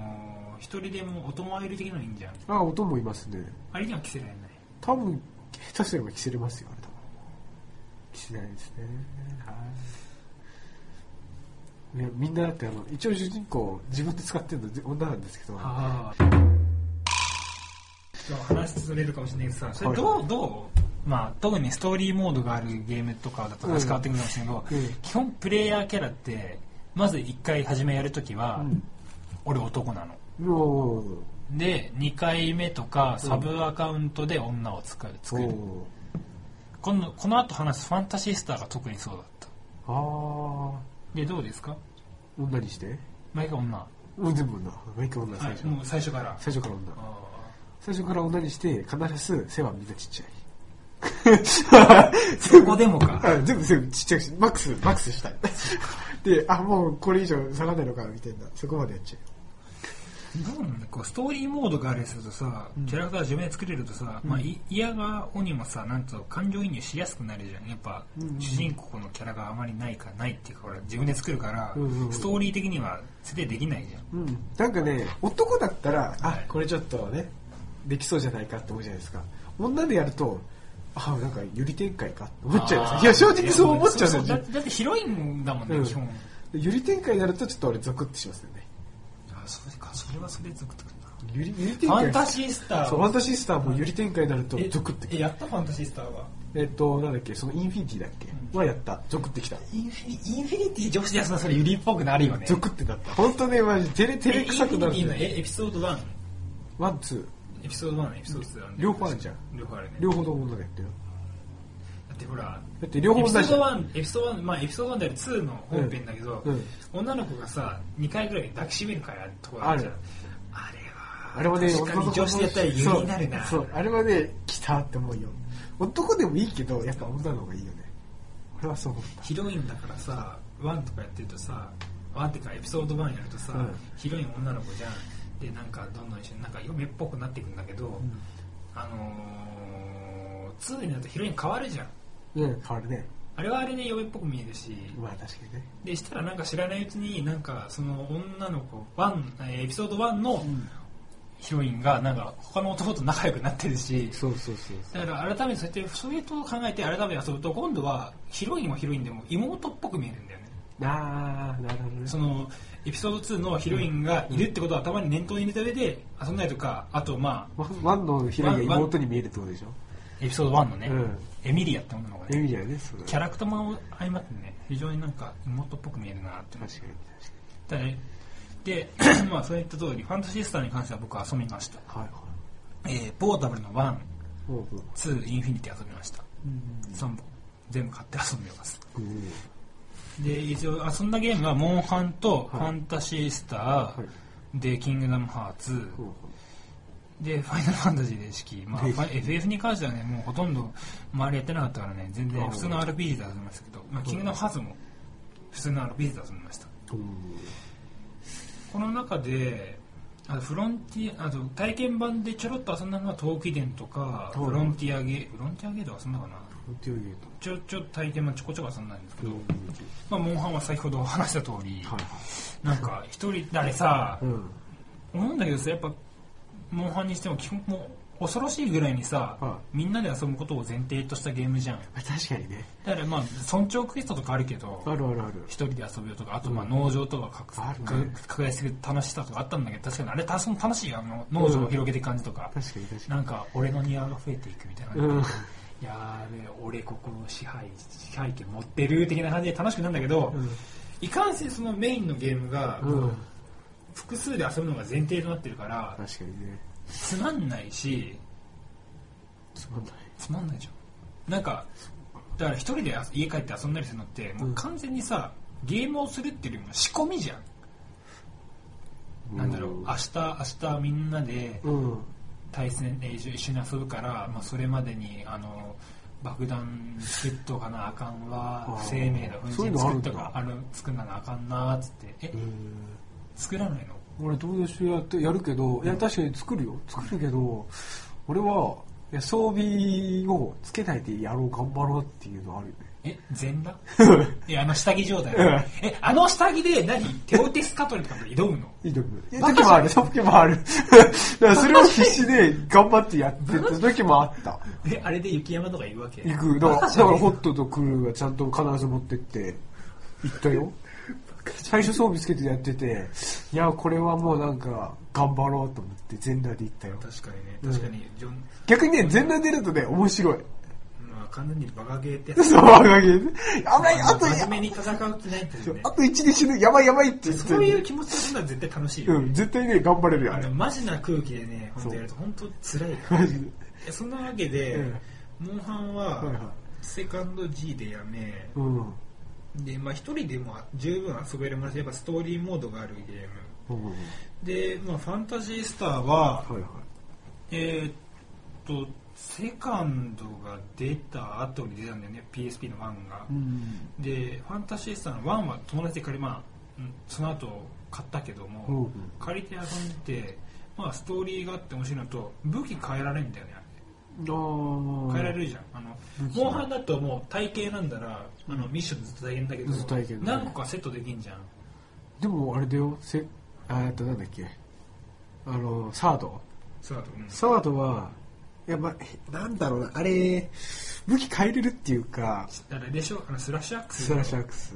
B: ー一人でもお供える的なのいいんじゃん
C: あ、音もいますね。
B: あれには着せられない
C: 多分、下手すれば着せれますよ、あれ多分。着せないですね。いやみんなだってあの、一応主人公、自分で使ってるの女なんですけど、
B: ああ話それるかもしれないけどさそれどうどうまあ特にストーリーモードがあるゲームとかだと話変わってくるかもしれないけど、
C: うん
B: 基本プレイヤーキャラってまず1回初めやるときは、
C: うん
B: 俺男なの
C: もう、
B: で2回目とかサブアカウントで女を使う作る、
C: お
B: このこの後話すファンタシスターが特にそうだった
C: ああ
B: でどうですか
C: ー、女にして
B: 毎回女は
C: うん、全部女。毎回女、最初
B: い。もう最初から
C: 最初から女。
B: あ
C: 最初から女にして、必ず背はみんなちっちゃい。
B: ー そこでも か
C: あ全部全部ちっちゃくし、マックス、マックスした い。で、あ、もうこれ以上下がらないのか、みたいな。そこまでやっちゃ
B: どうなんだこうストーリーモードがあれするとさ、キャラクター自分で作れるとさ、まあ、い嫌が鬼もさなんと感情移入しやすくなるじゃんやっぱ、主人公のキャラがあまりないかないっていうか俺自分で作るから、
C: うんうんうん
B: ストーリー的には設定できないじゃん
C: う。うん。なんかね、男だったら、あ
B: い、
C: これちょっとね、できそうじゃないかって思うじゃないですか。女でやると、あ、なんかより展開かって思っちゃいます。いや、正直そう思っちゃうんです
B: だ
C: よ
B: っ。てだって広いんだもんね、
C: うん
B: 基本
C: ゆり展開になるとちょっと俺ゾクッとしますよね。
B: あそれかそれはそれ作ってくるな
C: ゆり、ゆり展
B: ファ
C: 開。
B: ンタシースター
C: そう、ファンタシースターもゆり展開になると
B: え
C: ゾクってき
B: えやったファンタシースターは
C: えっと、なんだっけ、そのインフィニティだっけはやった。ゾクってきた。
B: インフィニインフィニティ女子でやつはそれユリっぽくなるよね
C: ゾクってなった。本当ね、マジ、照れ、照れくさくなる
B: インフィニ
C: ね。
B: ティのえエピソード1
C: ワン、ツー。
B: エピソード1エピソード2あるね
C: 両方あるじゃん。
B: 両方あるね
C: 両方とも同じやってる。
B: だってほら
C: だって両
B: エ
C: 方
B: ピソ
C: 同
B: ー
C: じ
B: ド。1エピソード1まあエピソード1である2の本編だけど、
C: うんうん
B: 女の子がさ2回ぐらい抱きしめる回あるとこあるじゃんあれは
C: あれはね、
B: 確かに
C: 男
B: 女子でやったら有利になるな
C: そうそう、あれはね、来たって思うよ。男でもいいけど、やっぱ女の方がいいよね。俺はそう思った。
B: ヒロインだからさ1とかやってるとさ1ってかエピソード1やるとさ、
C: うん
B: ヒロイン女の子じゃんでなんかどんどん一緒になんか嫁っぽくなっていくんだけど、あのー、2になるとヒロイン変わるじゃん
C: うん、変わるね。
B: あれはあれで嫁っぽく見えるし、
C: まあ確かにね。
B: でしたらなんか知らないうちになんかその女の子ワンえーエピソード1のヒロインがなんか他の男と仲良くなってるし
C: そうそうそう。
B: だから改めてそうやってそういうと考えて改めて遊ぶと今度はヒロインはヒロインでも妹っぽく見えるんだよね
C: あー、なるほどね。
B: そのエピソード2のヒロインがいるってことを頭に念頭に入れた上で遊んだりとかあとま
C: ワンワンのヒロインが妹に見えるってことでしょ
B: あエピソード1のね、
C: うん
B: エミリアって女の子
C: エ
B: ね
C: ミリアね、それ。
B: キャラクターも相まってね非常になんか妹っぽく見えるなって
C: 確かに、確
B: だねで まあそういった通りファンタシスターに関しては僕は遊びました、
C: かに。はいは
B: えー、ポータブルの1
C: い。ほうほう
B: 2インフィニティ遊びました、三3本全部買って遊んでます
C: うん
B: で一応遊んだゲームはモンハンとファンタシースター、でキングダムハーツ、
C: ほうほ
B: でファイナルファンタジーで式、まあ、ファイ FF に関してはねもうほとんど周りやってなかったからね全然普通の RPG で遊びましたけど、まあ、キングダムハーツも普通の RPG で遊びました
C: ううん
B: この中であとフロンティアあと体験版でちょろっと遊んだのが陶器伝とか
C: うん
B: フロンティアゲーフロンティアゲート遊んだかな
C: なんていうゲート
B: ちょちょ体験版ちょこちょこ遊んだんですけど、
C: うん
B: まあ、モンハンは先ほどお話した通り、
C: はいは
B: なんか一人誰さ
C: い。うん。
B: 思うんだけどさやっぱモンハンにしても基本もう恐ろしいぐらいにさ、
C: は
B: みんなで遊ぶことを前提としたゲームじゃん
C: あ確かにね。
B: だからまあ村長クエストとかあるけど
C: あるあるある。
B: 一人で遊ぶよとかあとまあ農場とか拡
C: あるね
B: 拡拡大する楽しさとかあったんだけど確かにあれたその楽しいよあの農場を広げていく感じとか、
C: 確かに確か
B: なんか俺の庭が増えていくみたいな、
C: に。うん。
B: やーべえ俺ここの支配支配権持ってる的な感じで楽しくなるんだけど、いかんせんそのメインのゲームが、
C: うん。
B: 複数で遊ぶのが前提となってるから
C: 確かにね。
B: つまんないし
C: つまんない。
B: つまんないじゃんなんかだから一人で家帰って遊んだりするのってもう完全にさ、ゲームをするっていうよりも仕込みじゃん、なんだろう明日明日みんなで
C: うん。
B: 対戦で一緒に遊ぶから、まあ、それまでにあの爆弾作っとかなあかんわ
C: あー
B: 生命の粉
C: そういう
B: 塵
C: のある
B: 作
C: ん
B: っ
C: だ
B: とかあの作んななあかんなーっつってえ作らないの
C: 俺友達とやってやるけど、いや確かに作るよ作るけど俺はいや装備をつけないでやろう頑張ろうっていうのあるよね
B: え全 裸 いやあの下着状態えあの下着で何テオティスカトリとかで挑むの
C: いい時時もある時も あるだからそれを必死で頑張ってやってた時もあ った
B: えあれで雪山とか言うわけ
C: 行くだからだからホットとクルーはちゃんと必ず持ってって行ったよ最初装備つけてやってていやこれはもうなんか頑張ろうと思って全裸で行ったよ
B: 確かにね確かに、ジョン
C: 逆にね全裸出るとね面白い
B: まあ、完全にバカゲーってやつ
C: そう、若気で。やばい、あと、
B: 真面目に戦う気ないっていうね
C: あと一日死ぬ、やばいやばいって言って。
B: そういう気持ちでするのは絶対楽しいよ、
C: うん、絶対ね、頑張れるよ、
B: あ
C: あれ
B: の。マジな空気でね本当やると本当 辛いから
C: ジで
B: えそんなわけで、
C: うん
B: モンハン
C: はい
B: は
C: は
B: セカンド G でやめ
C: うん。
B: でまあ一人でも十分遊べるものやっぱストーリーモードがあるゲーム
C: うんはい
B: で、まあ、ファンタジースターは、
C: はい。
B: えーっと、セカンドが出た後に出たんだよね、PSP の1が。
C: うん。
B: で、ファンタジースターの1は友達で借り、まあ、うんその後買ったけども、
C: うんうん
B: 借りて遊んでて、まあ、ストーリーがあって面白いのと、武器変えられるんだよね、あれ
C: あ
B: 変えられるじゃん。あの、モンハンだともう体型なんだら、あの、ミッションずっと大変だけど
C: ずっと体験、だね
B: 何個かセットできんじゃん。
C: でも、あれだよ、せ、あえっと、なんだっけ。あの、サード。
B: そうだと思うんです。
C: サードは、やばい、なんだろうな、あれ、武器変えれるっていうか、
B: だからでしょ、あのスラッシュアックス
C: ス
B: だろ。
C: ラッシュアックス。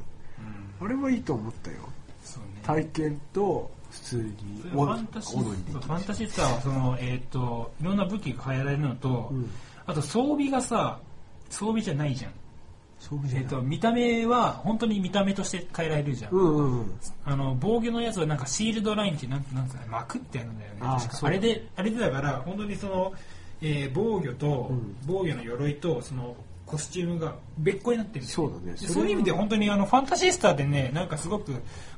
B: うん、
C: あれはいいと思ったよ。
B: そうね。
C: 体験と、普通に、
B: ファンタシー
C: 斧にで
B: フ
C: きる
B: ァンタシスターはその、えー、といろんな武器が変えられるのと、
C: うん
B: あと装備がさ装備じゃないじゃん
F: そうじ
G: え
F: ゃ
G: っ
F: ない
G: と、見た目は本当に見た目として変えられるじゃん、
C: うんうんうん。
G: あの防御のやつはなんかシールドラインってなんなんつうの膜ってやるんだよね
C: あー
G: 確か
C: そ
G: あ
C: う
B: あ
G: れ
B: れ
G: で
B: で、あれでだから、本当にその、えー防御と、
C: うん
B: 防御の鎧と、その、コスチュームが別個になってるんですよ
C: そうだね
B: で
C: それは
B: そういう意味で本当に、あの、ファンタシスターでね、なんかすごく、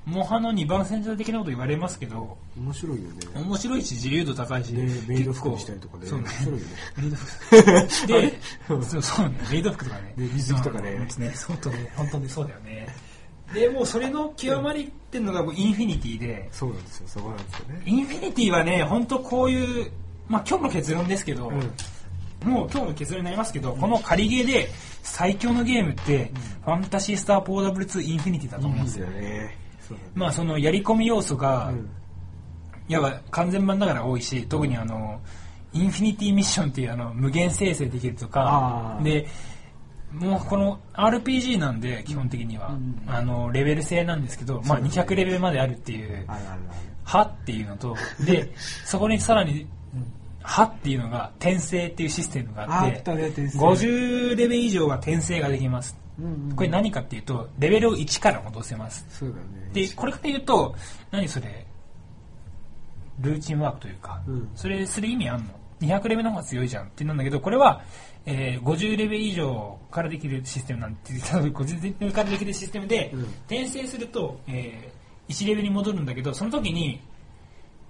B: モハの二番戦場的なこと言われますけど、
C: 面白いよね。
B: 面白いし、自由度高いし、
C: ね、メイド服に
B: 結
C: し
B: 構
C: たりとかね。
B: そうね
C: 面白いよね。
B: で、そうそうね、メイド服とかね。
C: で水着とかね
B: うんそうね、そうとね、本当にそうだよね。で、もうそれの極まりっていうのがもうインフィニティで、
C: そうなんですよ、そこなんですよね。
B: インフィニティはね、本当こういう、まあ今日の結論ですけど、もう今日の結論になりますけど、この仮ゲーで最強のゲームって、ファンタシースターポーダブル2インフィニティだと思うんですよ。
C: だね。そうだね。
B: まあそのやり込み要素が、
C: ん
B: いわば完全版だから多いし、特にあの、インフィニティミッションっていうあの無限生成できると
C: あ
B: か、
C: ー
B: で、もうこの RPG なんで基本的には、あのレベル制なんですけど、まあ200レベルまであるっていう
C: あ、るあるある。
B: はっていうのと、で、そこにさらに、はっていうのが転生っていうシステムがあ
C: あ
B: っ
C: ー、来
B: て、
C: たね、転生。
B: 50レベル以上は転生ができます。これ何かっていうと、レベルを1から戻せます。
C: そうだね。
B: で、これから言うと、何それ、ルーチンワークというか、
C: うん
B: それする意味あんの ?200 レベルの方が強いじゃんってなんだけど、これは、えー50レベル以上からできるシステムなんて、50レベルからできるシステムで、
C: うん
B: 転生すると、えー1レベルに戻るんだけど、その時に、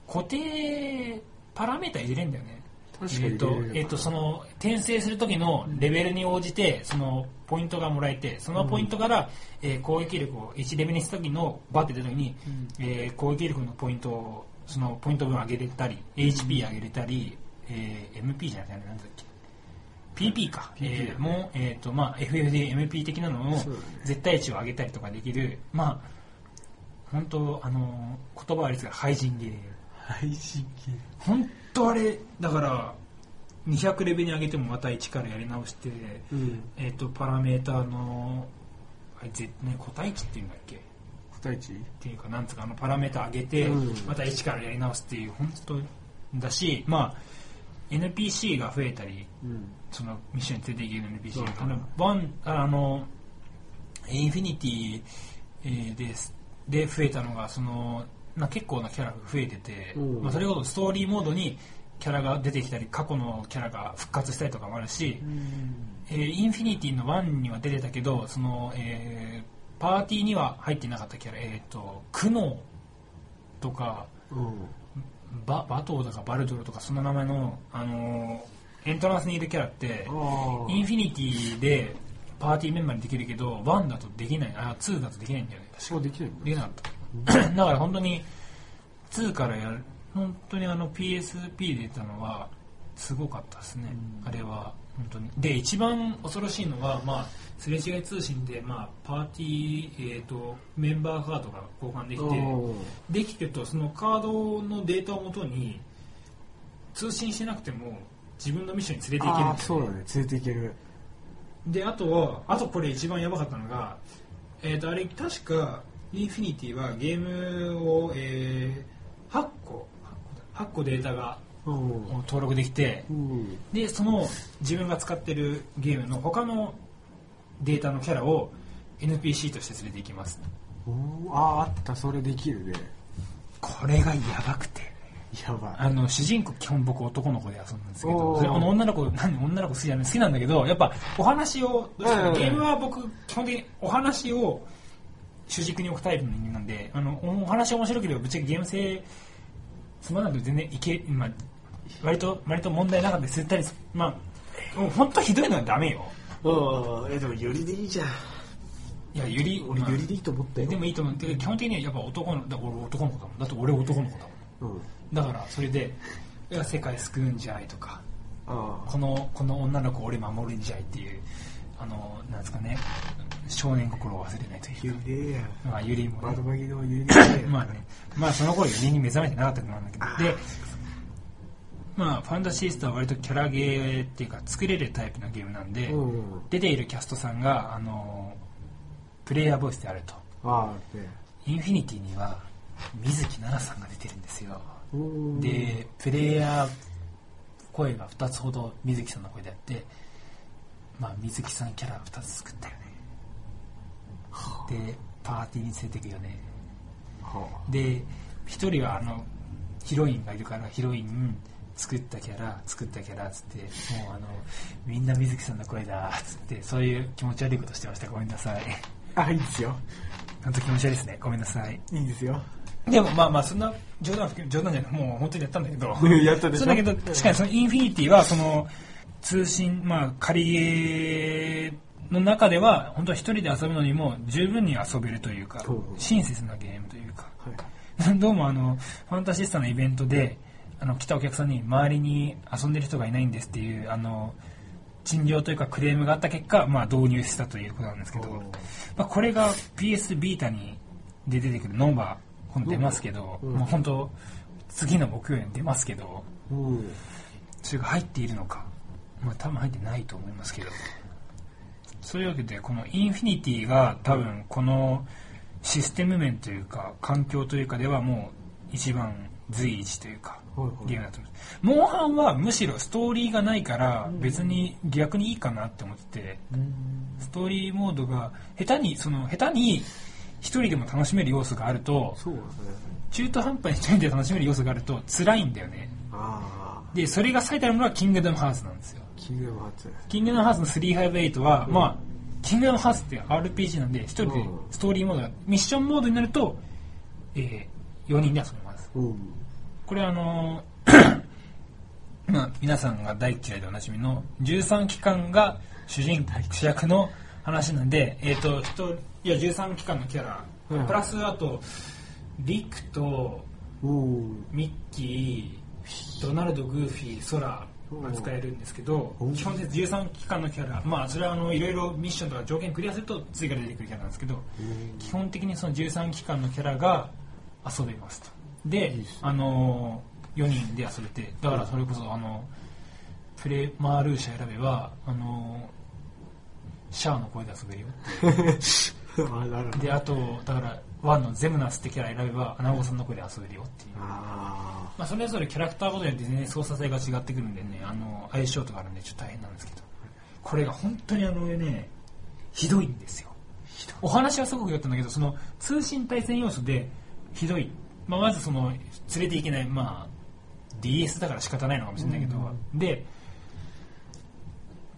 B: 固定パラメータ入れれんだよね。
C: 確かに
B: えっと
C: 入れれる、
B: えっと、その、転生する時のレベルに応じて、その、ポイントがもらえて、そのポイントから、えー攻撃力を1レベルにした時の、バッて出た時に、えー攻撃力のポイントを、その、ポイント分上げれたり、HP 上げれたり、えー MP じゃなくて、なんだっけ。PP か、えーもう、えーとまあ、FFDMP 的なのを
C: そうだね
B: 絶対値を上げたりとかできる、まあ、本当、あのー言葉はあれですが、廃人ゲー。
C: 配信系。
B: 本当あれ、だから、200レベルに上げてもまた1からやり直して、
C: うん。
B: えーと、パラメーターの、あれ、ぜね、個体値っていうんだっけっ
C: 答え値
B: ていうか、なんつうか、あの、パラメーター上げて、
C: うん
B: また1からやり直すっていう、本当だし、まあ、NPC が増えたり、
C: うん。
B: そのミッションに出ていける NPC が、あのバンあのインフィニティえーですで増えたのがそのな結構なキャラが増えてて、
C: うん
B: まあ、それこそストーリーモードにキャラが出てきたり過去のキャラが復活したりとかもあるし、えーインフィニティの1には出てたけどその、えーパーティーには入ってなかったキャラ、えー、とクノーとか
C: うん。
B: ババトーだかバルドロとかその名前の、あのーエントランスにいるキャラって
C: あ
B: インフィニティでパーティーメンバーにできるけど1だとできないあ2だとできないんだよね
C: あ。そうできないんだ
B: できなかっただから本当に2からやる本当にあの PSP で出たのはすごかったですね、あれは本当にで一番恐ろしいのは、まあ、すれ違い通信で、まあ、パーティー、えー、とメンバーカードが交換できて
C: おー
B: できてるとそのカードのデータをもとに通信しなくても自分のミッションに連れていけるん
C: あー、
B: です
C: そ
B: よ
C: うだね、連れていける。
B: であとはあとこれ一番やばかったのが、えー、とあれ確かインフィニティはゲームを、えー8個8個データが
C: うん。
B: 登録できて
C: うん。
B: でその自分が使ってるゲームの他のデータのキャラを NPC として連れていきます
C: おーあー、あった、それできるね。
B: これがやばくて
C: やばい。
B: あの主人公基本僕男の子で遊ぶんですけ
C: お
B: ど
C: ー
B: それあの女の子 何女の子好きじゃない好きなんだけどやっぱお話をどうして
C: うんうんう
B: も
C: ん
B: ゲームは僕基本的にお話を主軸に置くタイプの人間なんであのおお話面白ければぶっちゃけゲーム性つまらなくて全然いけ、まあ、割と割と問題なかったりすったりすまあもう本当ひどいのはダメよ
C: うん。え、でも、よりでいいじゃん。
B: いやゆり
C: 俺、
B: まあ
C: よりでいいと思ったよ。
B: でもいいと思うけど基本的にはやっぱ男のだ俺男の子だもんだって俺男の子だもん
C: うん。
B: だからそれでいや世界救うんじゃいとか
C: あ
B: このこの女の子を俺守るんじゃいっていうあのなんですかね少年心を忘れないとい
C: ーよ
B: うか
C: りでいいや。
B: まあゆりも
C: バ
B: ね。
C: ドバギのゆりでいいや
B: まあねまあその頃ゆりに目覚めてなかったことなんだけどでまあファンタシースターは割とキャラゲーっていうか作れるタイプのゲームなんで、
C: うん。
B: 出ているキャストさんがあのプレイヤーボイスであると
C: あー、ね。
B: インフィニティには水木奈々さんが出てるんですよ
C: おー、
B: でプレイヤー声が2つほど水木さんの声であってまあ水木さんキャラ2つ作ったよねでパーティーに連れてくよね
C: は
B: で一人はあのヒロインがいるからヒロイン作ったキャラ作ったキャラっつってもうあのみんな水木さんの声だっつってそういう気持ち悪いことしてましたごめんなさい
C: あ、あ、いいですよ。
B: 本当気持ち悪いですねごめんなさい
C: いいですよ。
B: でもまあまあそんな冗談は含め冗談じゃないもう本当にやったんだけ ど
C: やったでし
B: そ
C: ょ
B: うだけど確かにそのインフィニティはその通信まあ仮ゲーの中では本当は一人で遊ぶのにも十分に遊べるというか
C: そう
B: 親切なゲームというか
C: はい。
B: どうもあのファンタシスタのイベントであの来たお客さんに周りに遊んでる人がいないんですっていうあの陳情というかクレームがあった結果、まあ、導入したということなんですけど、まあ、これが PS ビータにで出てくるノンバー今度出ますけど、もう本当次の木曜に出ますけど
C: うん。
B: それが入っているのか、まあ、多分入ってないと思いますけどそういうわけでこのインフィニティが多分このシステム面というか環境というかではもう一番随一というか
C: はいはい
B: ゲームだと思いますモンハンはむしろストーリーがないから別に逆にいいかなって思っててストーリーモードが下手にその下手に一人でも楽しめる要素があると
C: そうですね。
B: 中途半端に一人で楽しめる要素があると辛いんだよね
C: ああ、
B: でそれが最たるものはキングダムハーツなんですよ
C: キングダムハーツ。
B: キングダムハーツの358は、まあ、キングダムハーツって RPG なんで、一人で
C: うん
B: ストーリーモードが、ミッションモードになると、えー、4人で遊べます。
C: うん。
B: これあのー まあ、皆さんが大嫌いでおなじみの、13機関が主人公、主役の話なんで、えっ、と、一人、いや、13機関のキャラ、
C: うん
B: プラスあと、リクと、
C: うん。
B: ミッキー、ドナルド、グーフィー、ソラが使えるんですけど
C: お、う
B: 基本的に13機関のキャラ、まあ、それはあのいろいろミッションとか条件クリアすると追加で出てくるキャラなんですけど、基本的にその13機関のキャラが遊べますと。で、あのー、4人で遊べて、だからそれこそ、あの、プレマールーシャ選べば、あのー、シャアの声で遊べるよ。
C: あ、なるほど。
B: で、あと、だから、ワンのゼムナスってキャラ選べば、アナゴさんの声で遊べるよっていう。
C: あ
B: まあ、それぞれキャラクターごとによって全然操作性が違ってくるんでねあの相性とかあるんでちょっと大変なんですけどこれが本当にあのねひどいんですよお話はすごく良かったんだけどその通信対戦要素でひどい、まあ、まずその連れていけない、まあ、DS だから仕方ないのかもしれないけど、で、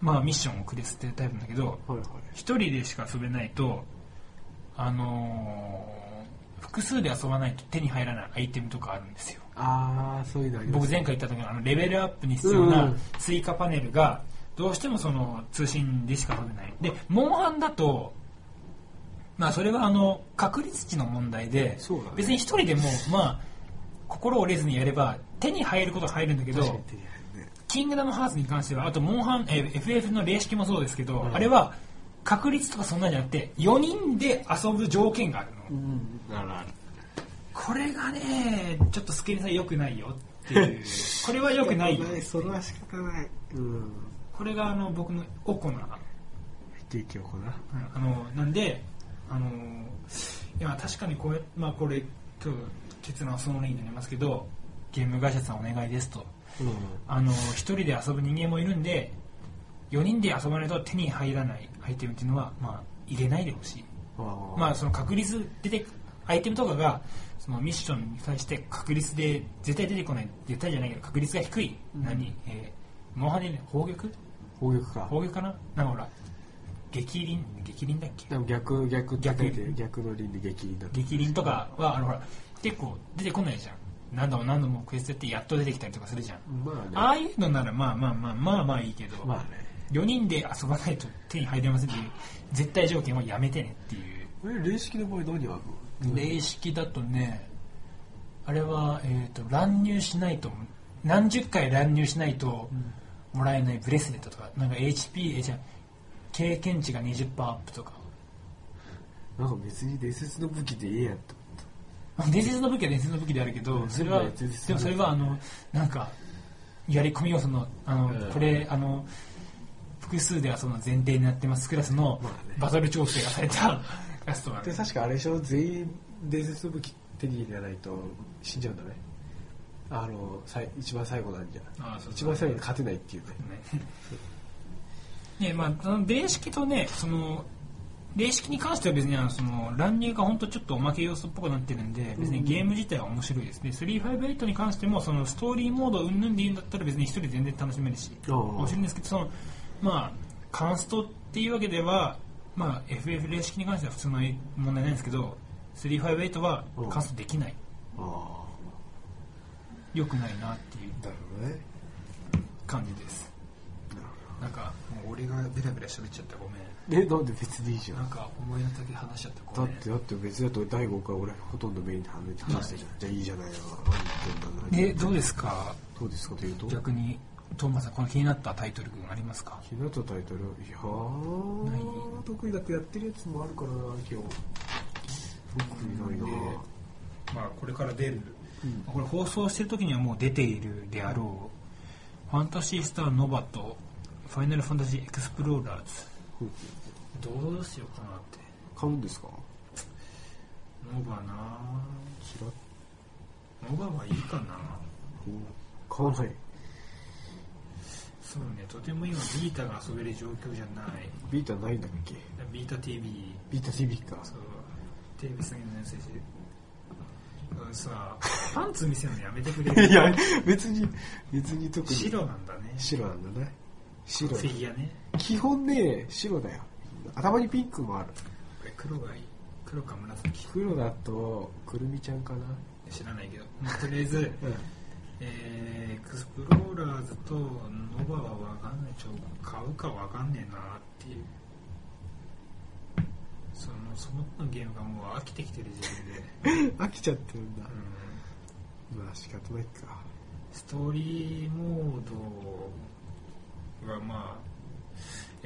B: まあ、ミッションをクリアするタイプなんだけど
C: あ、はいはい。
B: 一人でしか遊べないと、あのー複数で遊ばないと手に入らないアイテムとかあるんですよ
C: ああ、そういうのあります
B: 僕。前回言った時のあのレベルアップに必要
C: う
B: なん追加パネルがどうしてもその通信でしか取れないでモンハンだとまあそれはあの確率値の問題で
C: そうだね
B: 別に一人でもまあ心折れずにやれば手に入ることは入るんだけどキングダムハーツに関してはあとモンハンえー FF の例式もそうですけどあれは確率とかそんなんじゃなくて4人で遊ぶ条件があるの
C: うん。なるある。
B: これがねちょっとスケールさん良くないよっていう これは良くないよ
C: それは仕方ない。うん。
B: これがあの僕のおこな、
C: 不定期をこな。
B: うんあのなんであのいや確かにこれ,、まあ、これ今日結論はその例になりますけどゲーム会社さんお願いですと
C: うん。
B: あの一人で遊ぶ人間もいるんで4人で遊ばないと手に入らないアイテムっていうのは、まあ、入れないでほしい
C: あ
B: まあ、その確率出てアイテムとかがそのミッションに対して確率で絶対出てこない絶対じゃないけど確率が低い、何、えー、モンハネで砲撃
C: 攻撃か。
B: 砲撃かななんかほら激輪激輪だっけ
C: でも逆、逆、
B: 逆
C: で、逆の輪で激になる。
B: 激輪とかはあのほら結構出てこないじゃん何度も何度もクエストやってやっと出てきたりとかするじゃん
C: まあ
B: あ
C: ね。
B: あいうのならまあまあまあまあまあいいけど、
C: まあね。
B: 4人で遊ばないと手に入りませんっていう絶対条件はやめてねっていう
C: これ、霊式の場合何あるの
B: 例式だとねあれは、えー、と乱入しないと何十回乱入しないともらえないブレスレットとかなんか HP えじゃあ経験値が20%アップとか
C: なんか別に伝説の武器でええやんと。
B: まあ伝説の武器は伝説の武器であるけどそれは
C: うん
B: で
C: 伝説
B: もそれはあのなんかやり込み要素のあの
C: うん
B: これあの複数ではその前提になってますクラスの
C: まあね
B: バトル調整がされたクラスとかね
C: で、確かあれでしょ全員伝説の武器手に入れないと死んじゃうんだね。あの、さい一番最後なんじゃ。
B: ああそうそう
C: 一番最後に勝てないっていうね。
B: ね、まあ、その、電式とね、その、霊式に関しては別にあのその乱入が本当ちょっとおまけ要素っぽくなってるんで別にゲーム自体は面白いですね、358に関してもそのストーリーモードうんぬんでいいんだったら別に一人で全然楽しめるし
C: おう
B: 面白いんですけどそのまあカンストっていうわけではまあ FF 霊式に関しては普通の問題ないんですけど358は
C: うん
B: カンストできない
C: あ
B: 良くないなっていう
C: あなるほどね
B: 感じですなんかもう俺がベラベラ喋っちゃったごめん
C: えなんで別でいいじゃ
B: なん
C: ん
B: か思いの丈話しちゃった
C: だ
B: ご
C: っ
B: めん
C: てだって別だと第5回俺ほとんどメインで話してたじゃん、じゃあいいじゃないよ何言って
B: え
C: んだな
B: どうですか
C: どうですかというと
B: 逆にトーマスさんこの気になったタイトル群ありますか
C: 気になったタイトルいやー
B: ない
C: 得意だってやってるやつもあるからな今日得意ないな
E: ねまあ、これから出る、
B: これ放送してる時にはもう出ているであろう「ファンタシースターノバ」と「ファイナルファンタジーエクスプローラーズ
C: ほう」
B: どうしようかなって
C: 買うんですか
B: ノバなあ
C: ちらっ
B: ノバはいいかな
C: と買わない
B: そうねとても今ビータが遊べる状況じゃない
C: ビータないんだっけ
B: ビータ TV
C: ビータ TV か
E: そうテレビすぎの先生うんさパンツ見せるのやめてくれる
C: いや別に別に特に
E: 白なんだね
C: 白なんだね
E: フ
C: 白
E: ィギュアね
C: 基本ね白だよ頭にピンクもある
E: これ黒がいい黒か紫
C: 黒だとくるみちゃんかな
E: 知らないけど、まあ、とりあえず、
C: うん
E: えーエクスプローラーズとノバはわかんないちょ買うかわかんねえなっていうそのその他のゲームがもう飽きてきてる時点で、
C: 飽きちゃってるんだ
E: うん、
C: まあ仕方ないか
E: ストーリーモードがまあ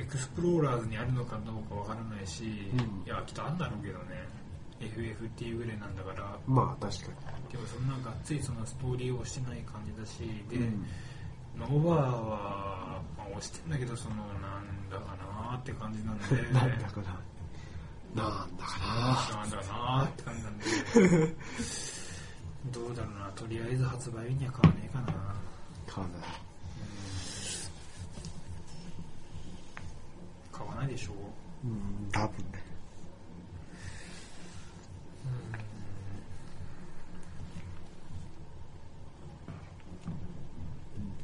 E: エクスプローラーズにあるのかどうかわからないし、
C: うん
E: いやきっとあんだろうけどね FF っていうぐらいなんだから
C: まあ確か
E: でもそんながっつりそのストーリーをしてない感じだしで、
C: に、うん
E: ノーバーは、まあ、押してんだけどそのなんだかなーって感じなんで
C: なんだかななんだかな
E: なんだかなーって感じなんでどうだろうなとりあえず発売日には買わねえかな
C: 買わない
E: 買わないでしょ
C: うん多分ねうん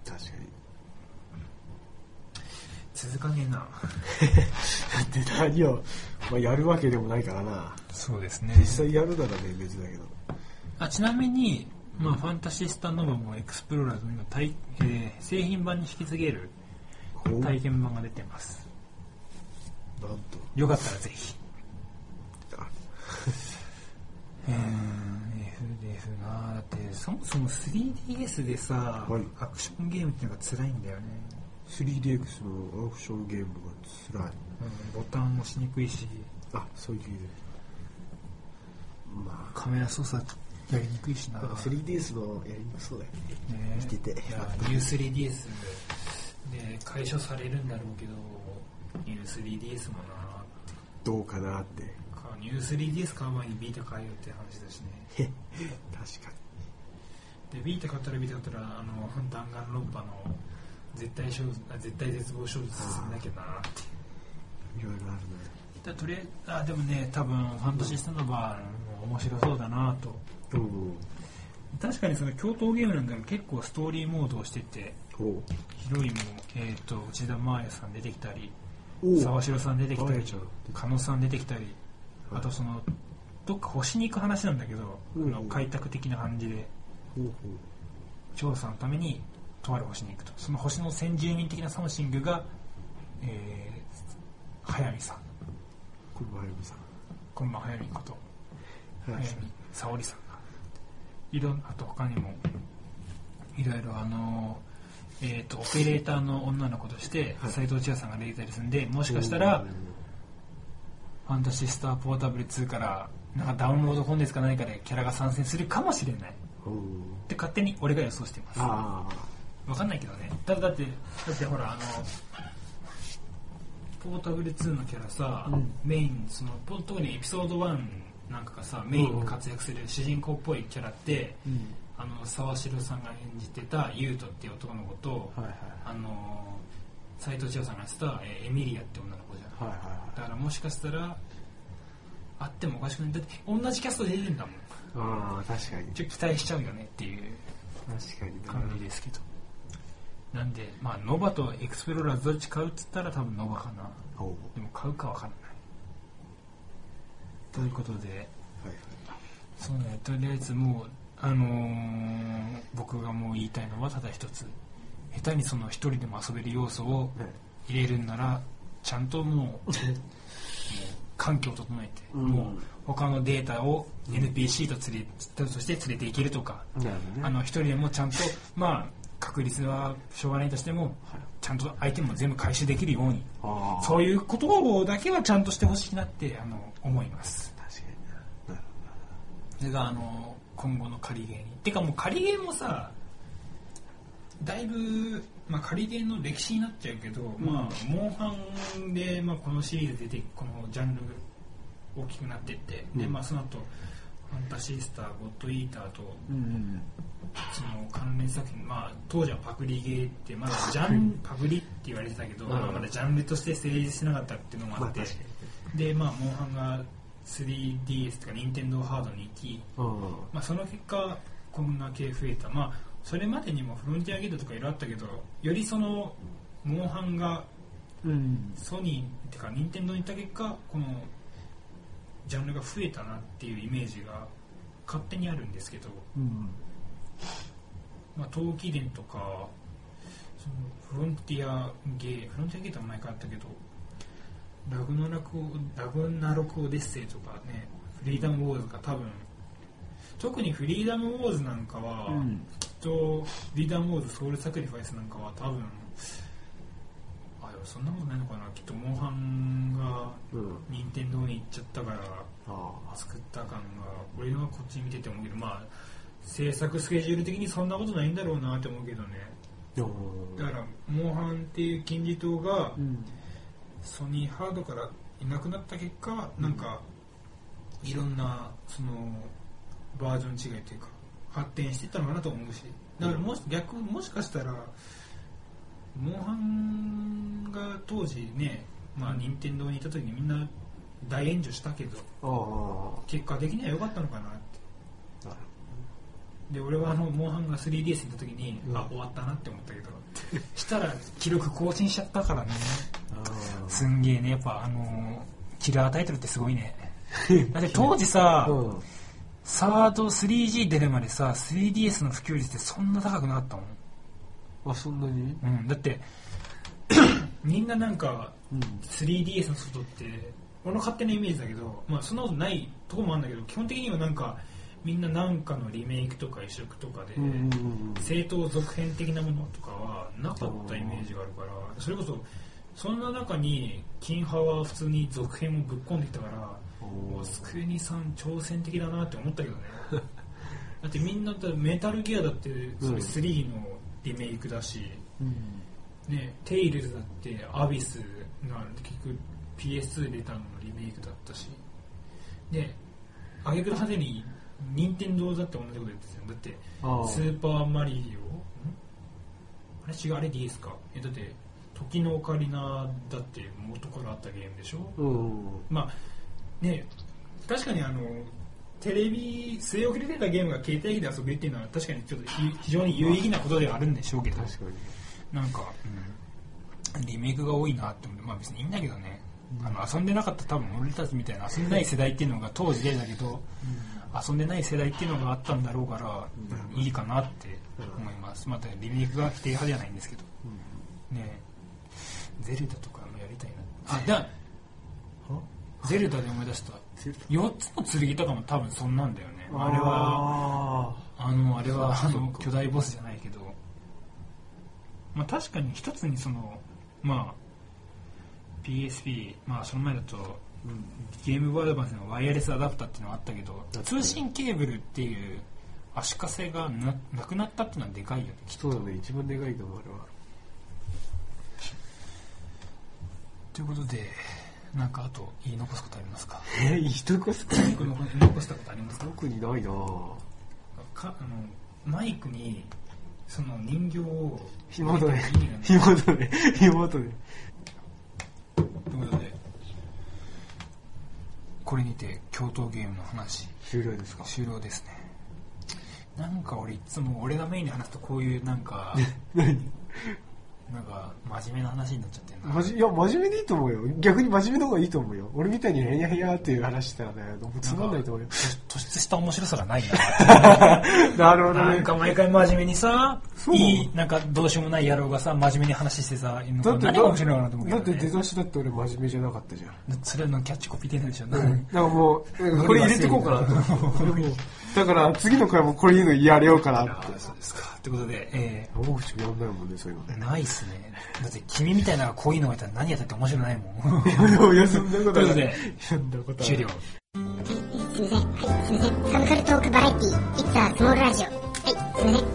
C: 確かに
E: 続かねえな
C: で何を、まあ、やるわけでもないからな
B: そうですね
C: 実際やるならね別だけど
B: あちなみに、まあ、ファンタシスタノバもエクスプローラーズも今体、えー製品版に引き継げる
C: ほうなん
B: 体
C: と
B: 験版が出てますよかったらぜひ
C: あ
B: うーん FF なあだってそもそも 3DS でさ、
C: はい
B: アクションゲームっていうのが辛いんだよね、
C: 3DX のアクションゲームが辛い
B: うん、ボタン押しにくいし
C: あそういう理由まあ
B: カメラ操作やりにくいしな
C: なんか 3DS のやりにくそうだよね
B: ね
C: 見てて
E: いや U3DS で解消されるんだろうけど U3DS もな
C: どうかなって
E: か U3DS 買う前にビータ買えよって話だしね
C: 確かに
E: でビータ買ったらビータ買ったらあの弾丸論破の絶対小あ絶対絶望小説進めなきゃなっていう
C: いろいろあるね
B: だとりあえずあでもね多分ファンタシスタノバも面白そうだなと
C: おう
B: 確かにその共闘ゲームなんだけど結構ストーリーモードをしてて
C: おう
B: ヒロインも、えー、と内田真礼さん出てきたり
C: お
B: 沢城さん出てきたり
C: はい
B: 狩野さん出てきたりあとそのどっか星に行く話なんだけど、
C: うん
B: あの開拓的な感じで
C: ほうほ
B: 調査のためにとある星に行くとその星の先住民的なサムシングが、えー、早見さん
C: これもはるみさん
B: このまま早見こと
C: は
B: 早
C: い
B: 見沙織さんがいろんあと他にもいろいろあのえー、とオペレーターの女の子として
C: はい
B: 斎藤千代さんが出てたりするんでもしかしたら
C: おう
B: ファンタシスターポータブル2からなんかダウンロードコンテンツか何かでキャラが参戦するかもしれないっ
C: おう
B: て勝手に俺が予想してます
C: ああ
B: わかんないけどねだだってだってほらあの
E: ポータブル2のキャラさ、メインそのポ特にエピソード1なんかがさメインに活躍する主人公っぽいキャラって、あの沢城さんが演じてたユウトっていう男の子と、
C: はいはい
E: あの斎藤千代さんがやってたえーエミリアって女の子じゃん
C: はいは
B: だからもしかしたらあってもおかしくないだって同じキャストで出てんだもん
C: いはい。うん、確かに。
B: ちょっと期待しちゃうよねっていう
C: 確かにな。
B: 感じですけどなんでまあノバとエクスプローラーズどっち買うっつったら多分ノバかな
C: おうは
B: でも買うかわからないということで
C: いはい。
B: そうねとりあえずもうあのー僕がもう言いたいのはただ一つ下手にその一人でも遊べる要素を入れるんならちゃんともうもう環境を整えて、
C: うん
B: もう他のデータを NPC と連れ、として連れていけるとか、
C: なるほど
B: あ
C: ね。
B: の一人でもちゃんとまあ確率はしょうがないとしてもちゃんと相手も全部回収できるように
C: ああ。
B: そういうことをだけはちゃんとしてほしいなってあの思います
C: 確かにな。なる
B: それがあの今後の仮ゲーにてかもう仮ゲーもさだいぶ、まあ、仮ゲーの歴史になっちゃうけど、まあモンハンで、まあ、このシリーズ出てこのジャンル大きくなってって、でまあその後ファンタシースターゴッドイーターと
C: ほど。うん
B: その関連作品、まあ、当時はパクリゲーってまだジャンパクリって言われてたけど、まだジャンルとして成立してなかったっていうのもあって、
C: まあ確か
B: でまあモンハンが 3DS とか任天堂ハードに行き
C: うんうん。
B: まあ、その結果こんな系増えた、まあ、それまでにもフロンティアゲートとかいろいろあったけどよりそのモンハンが
C: うん。
B: ソニーってか任天堂に行った結果このジャンルが増えたなっていうイメージが勝手にあるんですけど、
C: うん。
B: まあ、冬季伝とかそのフロンティアゲーフロンティアゲートは前からあったけどラグナラクオラグナロクオデッセイとかねフリーダムウォーズが多分特にフリーダムウォーズなんかは、
C: うん
B: きっとフリーダムウォーズソウルサクリファイスなんかは多分あでもそんなことないのかなきっとモンハンが
C: うん。
B: 任天堂に行っちゃったから
C: ああ。
B: 作った感が俺はこっち見てて思うけどまあ制作スケジュール的にそんなことないんだろうなって思うけどねだからモンハンっていう金字塔が
C: うん。
B: ソニーハードからいなくなった結果なんかいろんなそのバージョン違いというか発展していったのかなと思うしだからもし逆もしかしたらモンハンが当時ねまあ任天堂にいた時にみんな大炎上したけど
C: ああ。
B: 結果的には良かったのかなってで俺はあのモンハンが 3DS に行った時に、
C: うん
B: あ終わったなって思ったけどしたら記録更新しちゃったからねすんげえねやっぱあのーキラータイトルってすごい ねだって当時さ、
C: うん。
B: サード 3G 出るまでさ 3DS の普及率ってそんな高くなかったもん
C: あ、そんなに
B: うん、だって みんななんか 3DS の外って俺の勝手なイメージだけど、まあ、そんなことないとこもあるんだけど基本的にはなんかみんななんかのリメイクとか移植とかで、
C: うんうんうん。
B: 正当続編的なものとかはなかったイメージがあるからそれこそそんな中に金派は普通に続編をぶっ込んできたからもうスクエニさん挑戦的だなって思ったけどねだってみんなだってメタルギアだってそれ3のリメイクだし、ね、テイルズだってアビスが結局 PS2 出たののリメイクだったしで挙句の果てに任天堂だって同じこと言ってたよだって
C: ああ。
B: スーパーマリオんあれ違うあれ DS かえだって時のオカリナだって元からあったゲームでしょ
C: うん。
B: まあね確かにあのテレビ据え置きで出たゲームが携帯機で遊べるっていうのは確かにちょっとひ非常に有意義なことではあるんでしょうけど
C: 確かに。
B: なんか、リメイクが多いなって思ってまあ別にいいんだけどね、あの遊んでなかった多分俺たちみたいな遊んでない世代っていうのが当時でだけど、遊んでない世代っていうのがあったんだろうから、いいかなって思います、またリメイクが否定派じゃないんですけど、ねえゼルダとかもやりたいなあだゼルダで思い出した4つの剣とかも多分そんなんだよねあれは
C: は、
B: あのあれはあの巨大ボスじゃないけど、まあ、確かに一つにその、まあ、PSP、まあ、その前だと、ゲームボーイアドバンスのワイヤレスアダプターっていうのがあったけど通信ケーブルっていう足かせがななくなったっていうのはでかいよねきっ
C: そうだね、一番でかいと思う、あれは。
B: とということでなんかあと言い残すことありますか
C: え、一個少ない
B: 言い残したことありますか
C: 特にないなぁ。
B: かあのマイクにその人形を
C: 紐とね
B: 意味がない、
C: 紐とね、紐とね。
B: ということでこれにて共闘ゲームの話
C: 終了ですか
B: 終了ですねなんか俺いつも俺がメインで話すとこういうなんかなんか真面目な話になっちゃってるな
C: まじいや、真面目でいいと思うよ。逆に真面目の方がいいと思うよ。俺みたいにへやへやっていう話したらね、もうつまんないと思うよ。
B: 突出した面白さが ないな
C: なるほど
B: な
C: ね
B: ん。か毎回真面目にさ、
C: そう
B: いい、なんかどうしようもない野郎がさ、真面目に話してさ、
C: だって、
B: 何が面白いのかなと思う
C: だっ
B: け
C: て
B: ど、
C: 出
B: ね。
C: だしだって俺真面目じゃなかったじゃん。
B: それのキャッチコピー出ないでしょ。
C: なんかもう、これ入れてこうかなと思って。俺もうだから次の回もこれいうのやれようかなって。
B: そうですか。ってことで、え
C: 大口もやんないもんね、そういうのね
B: ー、ないっすね。だって君みたいなのがこういうのがいたら何やったって面白くないもん。
C: いや。いや、そんな
B: という
C: こと
B: こ
C: は
B: と
C: ない
B: で。、
C: そんなことはな
B: 終
C: い
B: 了。
H: すみません。はい、すみません。サブカルトークバラエティ、It's a Small Radio。はい、すみま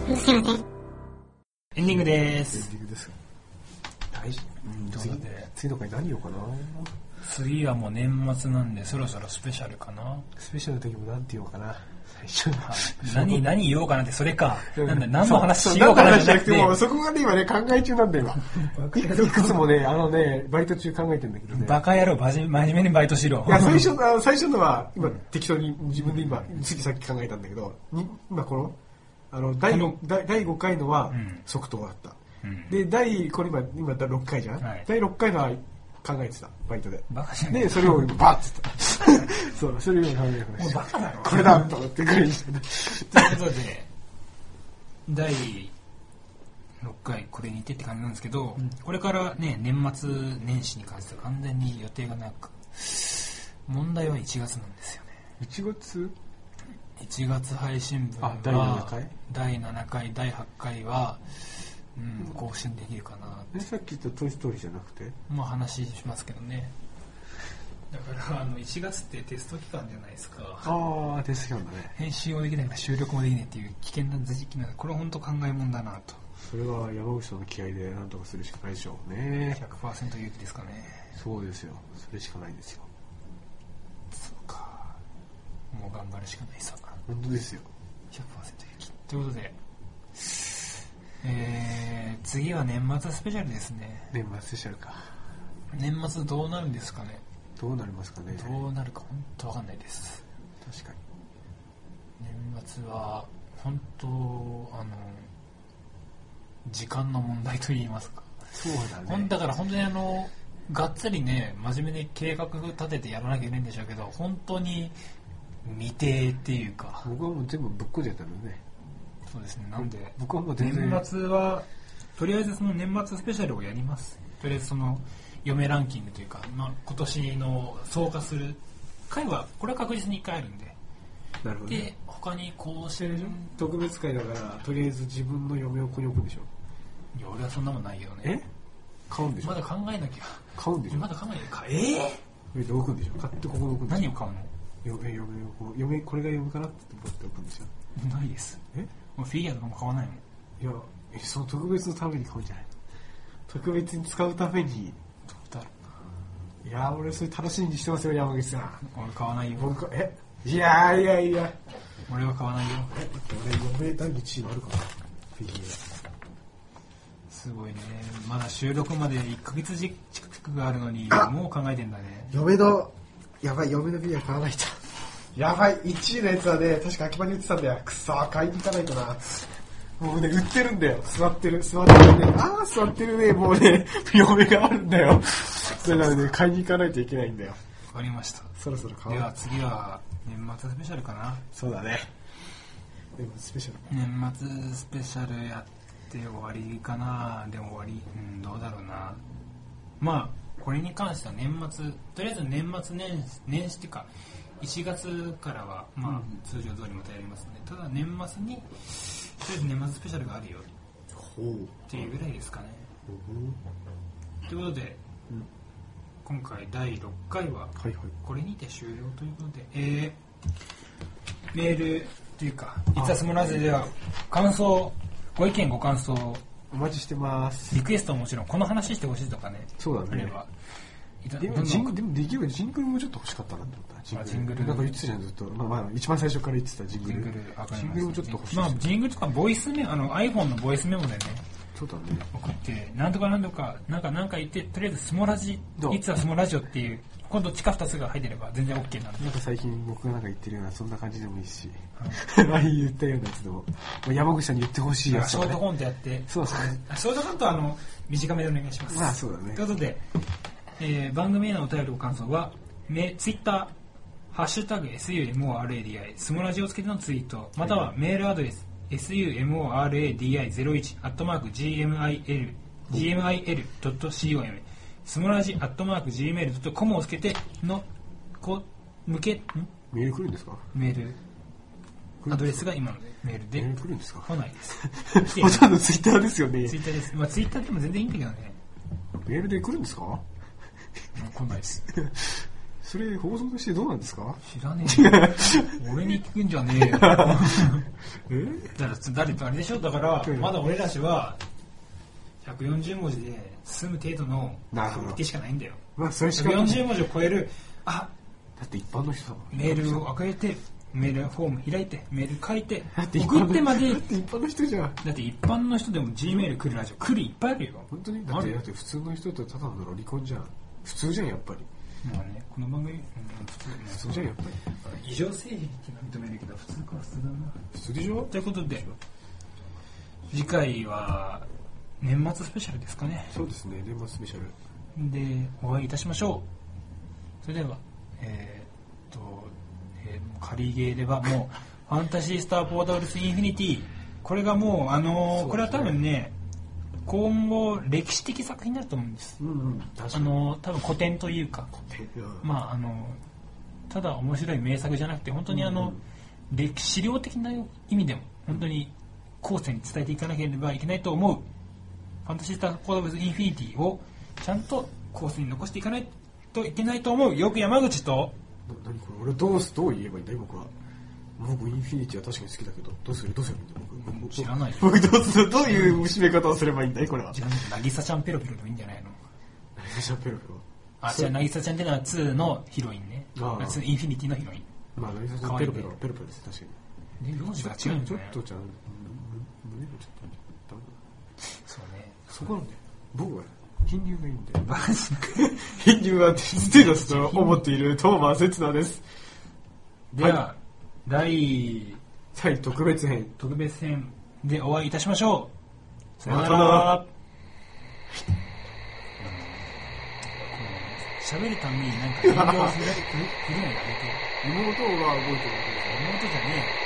H: せん。ほんとすみませ
B: エ
H: ん。
B: ンディングで
C: エン
B: す。
C: ディングです大事。
B: ということで、
C: 次の回何言おうかな
B: 次はもう年末なんで、そろそろスペシャルかな。
C: スペシャルの時も何て言おうかな最 初
B: 何、何言おうかなって、それか。なんだ、何の話
C: そう
B: しようかなじゃなく
C: 何の話じゃなくてもう
B: て、
C: そこがね、今ね、考え中なんだよ、今。いくいくつもね、あのね、バイト中考えてんだけどね。
B: バカ野郎、真面目にバイトしろ
C: い。や、最初の、あ最初のは、今、適当に自分で今、ついさっき考えたんだけど、に今この、あの、第
B: こ
C: 五第第5回のは
B: ん、
C: 即答だった。
B: うん
C: で、第、これ今、今、第6回じゃん、
B: はい
C: 第6回のは考えてた、バイトで。
B: バカじゃねえ
C: で、それをバッて言った。そう、それを今考えてました。
B: カだろ。
C: これだと思ってグリーンしてね
B: ということで、第6回、これにてって感じなんですけど、これからね、年末年始に関しては完全に予定がなく、問題は1月なんですよね。
C: 1月
B: 1月配信分は
C: あ第7回
B: 第7回第8回は、うん、更新できるかな。
C: えさっき言った「トイ・ストーリー」じゃなくて
B: まあ話しますけどね。
E: だから、あの、1月ってテスト期間じゃないですか。
C: ああですよね
B: 編集もできないから収録もできないっていう危険な時期なので、これは本当考えもんだなと。
C: それは山口さんの気合でなんとかするしかないでしょうね
B: 100%勇気ですかね。
C: そうですよそれしかないですよ
B: そうか。もう頑張るしかないさ。
C: 本当ですよ
B: 100%雪ということで、えー、次は年末スペシャルですね
C: 年末スペシャルか
B: 年末どうなるんですかね
C: どうなりますかね
B: どうなるか本当わかんないです
C: 確かに
B: 年末は本当あの時間の問題と言いますか、
C: そうだ
B: ほんだから本当にあのがっつりね真面目に計画立ててやらなきゃいけないんでしょうけど本当に未定っていうか
C: 僕はもう全部ぶっこんじゃったのね
B: そうですねなんで
C: 僕はもう全然
B: 年末はとりあえずその年末スペシャルをやりますとりあえずその嫁ランキングというか、まあ、今年の総括する回はこれは確実に1回あるんで
C: なるほどね
B: で他にこうして
C: で
B: る
C: しょ特別会だからとりあえず自分の嫁をここに置くんでしょ
B: いや俺はそんなもんないけどね
C: 買うんでしょ
B: まだ考えなきゃ
C: 買うんでしょ
B: まだ考えなきゃかええ
C: これで置くんでしょ買ってここに置くんでしょ
B: 何を買う
C: 嫁嫁をこう嫁これが嫁かなって思って置くんでしょ
B: のないです
C: え
B: もうフィギュアとかも買わないもん
C: いや、えその特別のために買うんじゃないの特別に使うために。
B: どうだろ
C: いやー、俺それ楽しみにしてますよ、山口さん。
B: う俺買わないよ
C: 僕、えいやーいやいや。
B: 俺は買わないよ
C: え、待って俺、嫁第一位あるかなフィギュ
B: すごいねまだ収録まで1ヶ月近くがあるのにもう考えてんだね
C: ア。嫁の、やばい、嫁のフィギュア買わないと。やばい、1位のやつはね、確か秋葉に売ってたんだよ。くそー、買いに行かないとな。もうね、売ってるんだよ。座ってる、座ってるね。あー、座ってるね、もうね、嫁があるんだよ。だからね、買いに行かないといけないんだよ。
B: わかりました
C: そろそろ買
B: で
C: わな
B: はい
C: と。
B: 次は年末スペシャルかな
C: そうだね。でもスペシャル
B: 年末スペシャルやって終わりかなでも終わりうんどうだろうなまあこれに関しては年末とりあえず年末年始年始っていうか1月からはまあ通常通りまたやりますので、ただ年末にとりあえず年末スペシャルがあるよっ
C: ほう。
B: ていうぐらいですかねということで、
C: うん
B: 今回第6回は
C: はいはい。
B: これにて終了ということで、えーメールというか、いつはスモラジでは、感想、ご意見、ご感想、
C: お待ちしてます。
B: リクエストももちろん、この話してほしいとかね、
C: そう
B: あ
C: だ
B: れ
C: ね。
B: ば、いた
C: で
B: どんど
C: も、
B: ん
C: ジングル、でもできればジングルもちょっと欲しかったなと思った。ジングル。
B: あジングル
C: なんか言ってたじゃん、ずっと。まあまあ、一番最初から言ってたジング
B: ジ
C: ル。
B: ングル、わかりました
C: ジングルもちょっと欲しい。
B: まあ、ジングルとか、ボイスメモ、あの、iPhone のボイスメモでね、
C: そうだね。
B: 送って、なんとかなんとか、なんかなんか言って、とりあえずスモラジ
C: ど、う
B: いつはスモラジオっていう、今度地下2つが入ってれば全然 OK なんで。
C: なんか最近僕がなんか言ってるような、そんな感じでもいいし、 前に言ったようなやつでも、もう山口さんに言ってほしいやつ
E: シ
C: と
E: ョ
C: か
E: ート
C: ね。
E: コントやって、
C: そうそう。
E: あショートカットはあの短めでお願いします。
C: まあそうだね
E: ということで、
B: えー番組へのお便りご感想は、メツイッター、ハッシュタグ SUMORADI、スモラジをつけてのツイート、またはメールアドレス、SUMORADI01、アットマーク GMIL、GMIL.com、スモラジアットマーク Gmail.com をつけての、こ、向け、ん
C: メール来るんですか
B: メール、アドレスが今のメール
C: メー
B: で
C: ル、来るんですか
B: 来ないです。来て
C: ほとんどツイッターですよね
B: ツ。イッターです。まあツイッターでも全然いいんだけどね。
C: メールで来るんですか
B: 来ないです。
C: それ放送としてどうなんですか
B: 知らねえよ 俺に聞くんじゃねえよだか
C: え
B: ら誰とあれでしょだから
C: うん
E: まだ俺らしは140文字で済む程度の
C: なるほど
E: 受けしかないんだよ。
C: まあそれしかだっ
E: 140文字を超える、あ、
C: て一般の人だもん
B: メールを開けてメールフォーム開いてメール書いて
C: だって一般
B: 送
C: の
B: ってまで
C: だって一般の人じゃん。
B: だって一般の人でも G メール来るラジオ来るいっぱいあるよ
C: 本当にだっ
B: あ
C: て
B: る
C: だって普通の人とただのロリコンじゃん。普通じゃんやっぱり。
B: まあねこの番組、うん、普通
C: 普通じゃんやっぱり。
B: 異常性癖っていうのは認めるけど普通か普通だな
C: 普通でしょ
B: ということで次回は年末スペシャルですかね
C: そうですね、年末スペシャル。
B: でお会いいたしましょうそれではえーっと、えー、仮ゲーではもうファンタシースターポータブルスインフィニティこれがもうあのーこれは多分ね今後歴史的作品になると思うんです
C: うんうん、確
B: あ。のー多分古典というか
C: うん
B: まああのーただ面白い名作じゃなくて本当にあの、歴史量的な意味でも本当に後世に伝えていかなければいけないと思うファンタシースター・コード・ブズ・インフィニティをちゃんと後世に残していかないといけないと思うよく山口と
C: な何これ俺どうすどう言えばいいんだ僕は僕インフィニティは確かに好きだけどどうするどうすればいいんだ僕僕
B: 知らないよ
C: 僕どうするどういう締め方をすればいいんだいこれは
B: じゃあ渚ちゃんペロペロでもいいんじゃないの
C: しゃべるよ
B: あじゃあ渚ちゃんってのは2のヒロインね
C: ああ
B: 2インフィニティのヒロイン
C: まあ何さ
B: 可愛
C: ペ
B: い
C: ロ
B: ね
C: ペロペロペロです確かに
B: で名字が違うん
C: ち
B: じ
C: ょ
B: ゃ
C: っ
B: ない
C: とじゃあむ胸がちょっとダメだ
B: そうね
C: そこなんだよ僕は貧乳がいいんだよ
B: バカじゃなく
C: 貧乳はステータスと思っているトーマー刹那です
B: では第
C: 対特別編
B: 特別編でお会いいたしましょうさような
C: さような
B: ら
C: ら
B: 喋るためになんか勉強する古いのやめて
C: 妹が覚えてるわけです
B: 妹じゃねえよ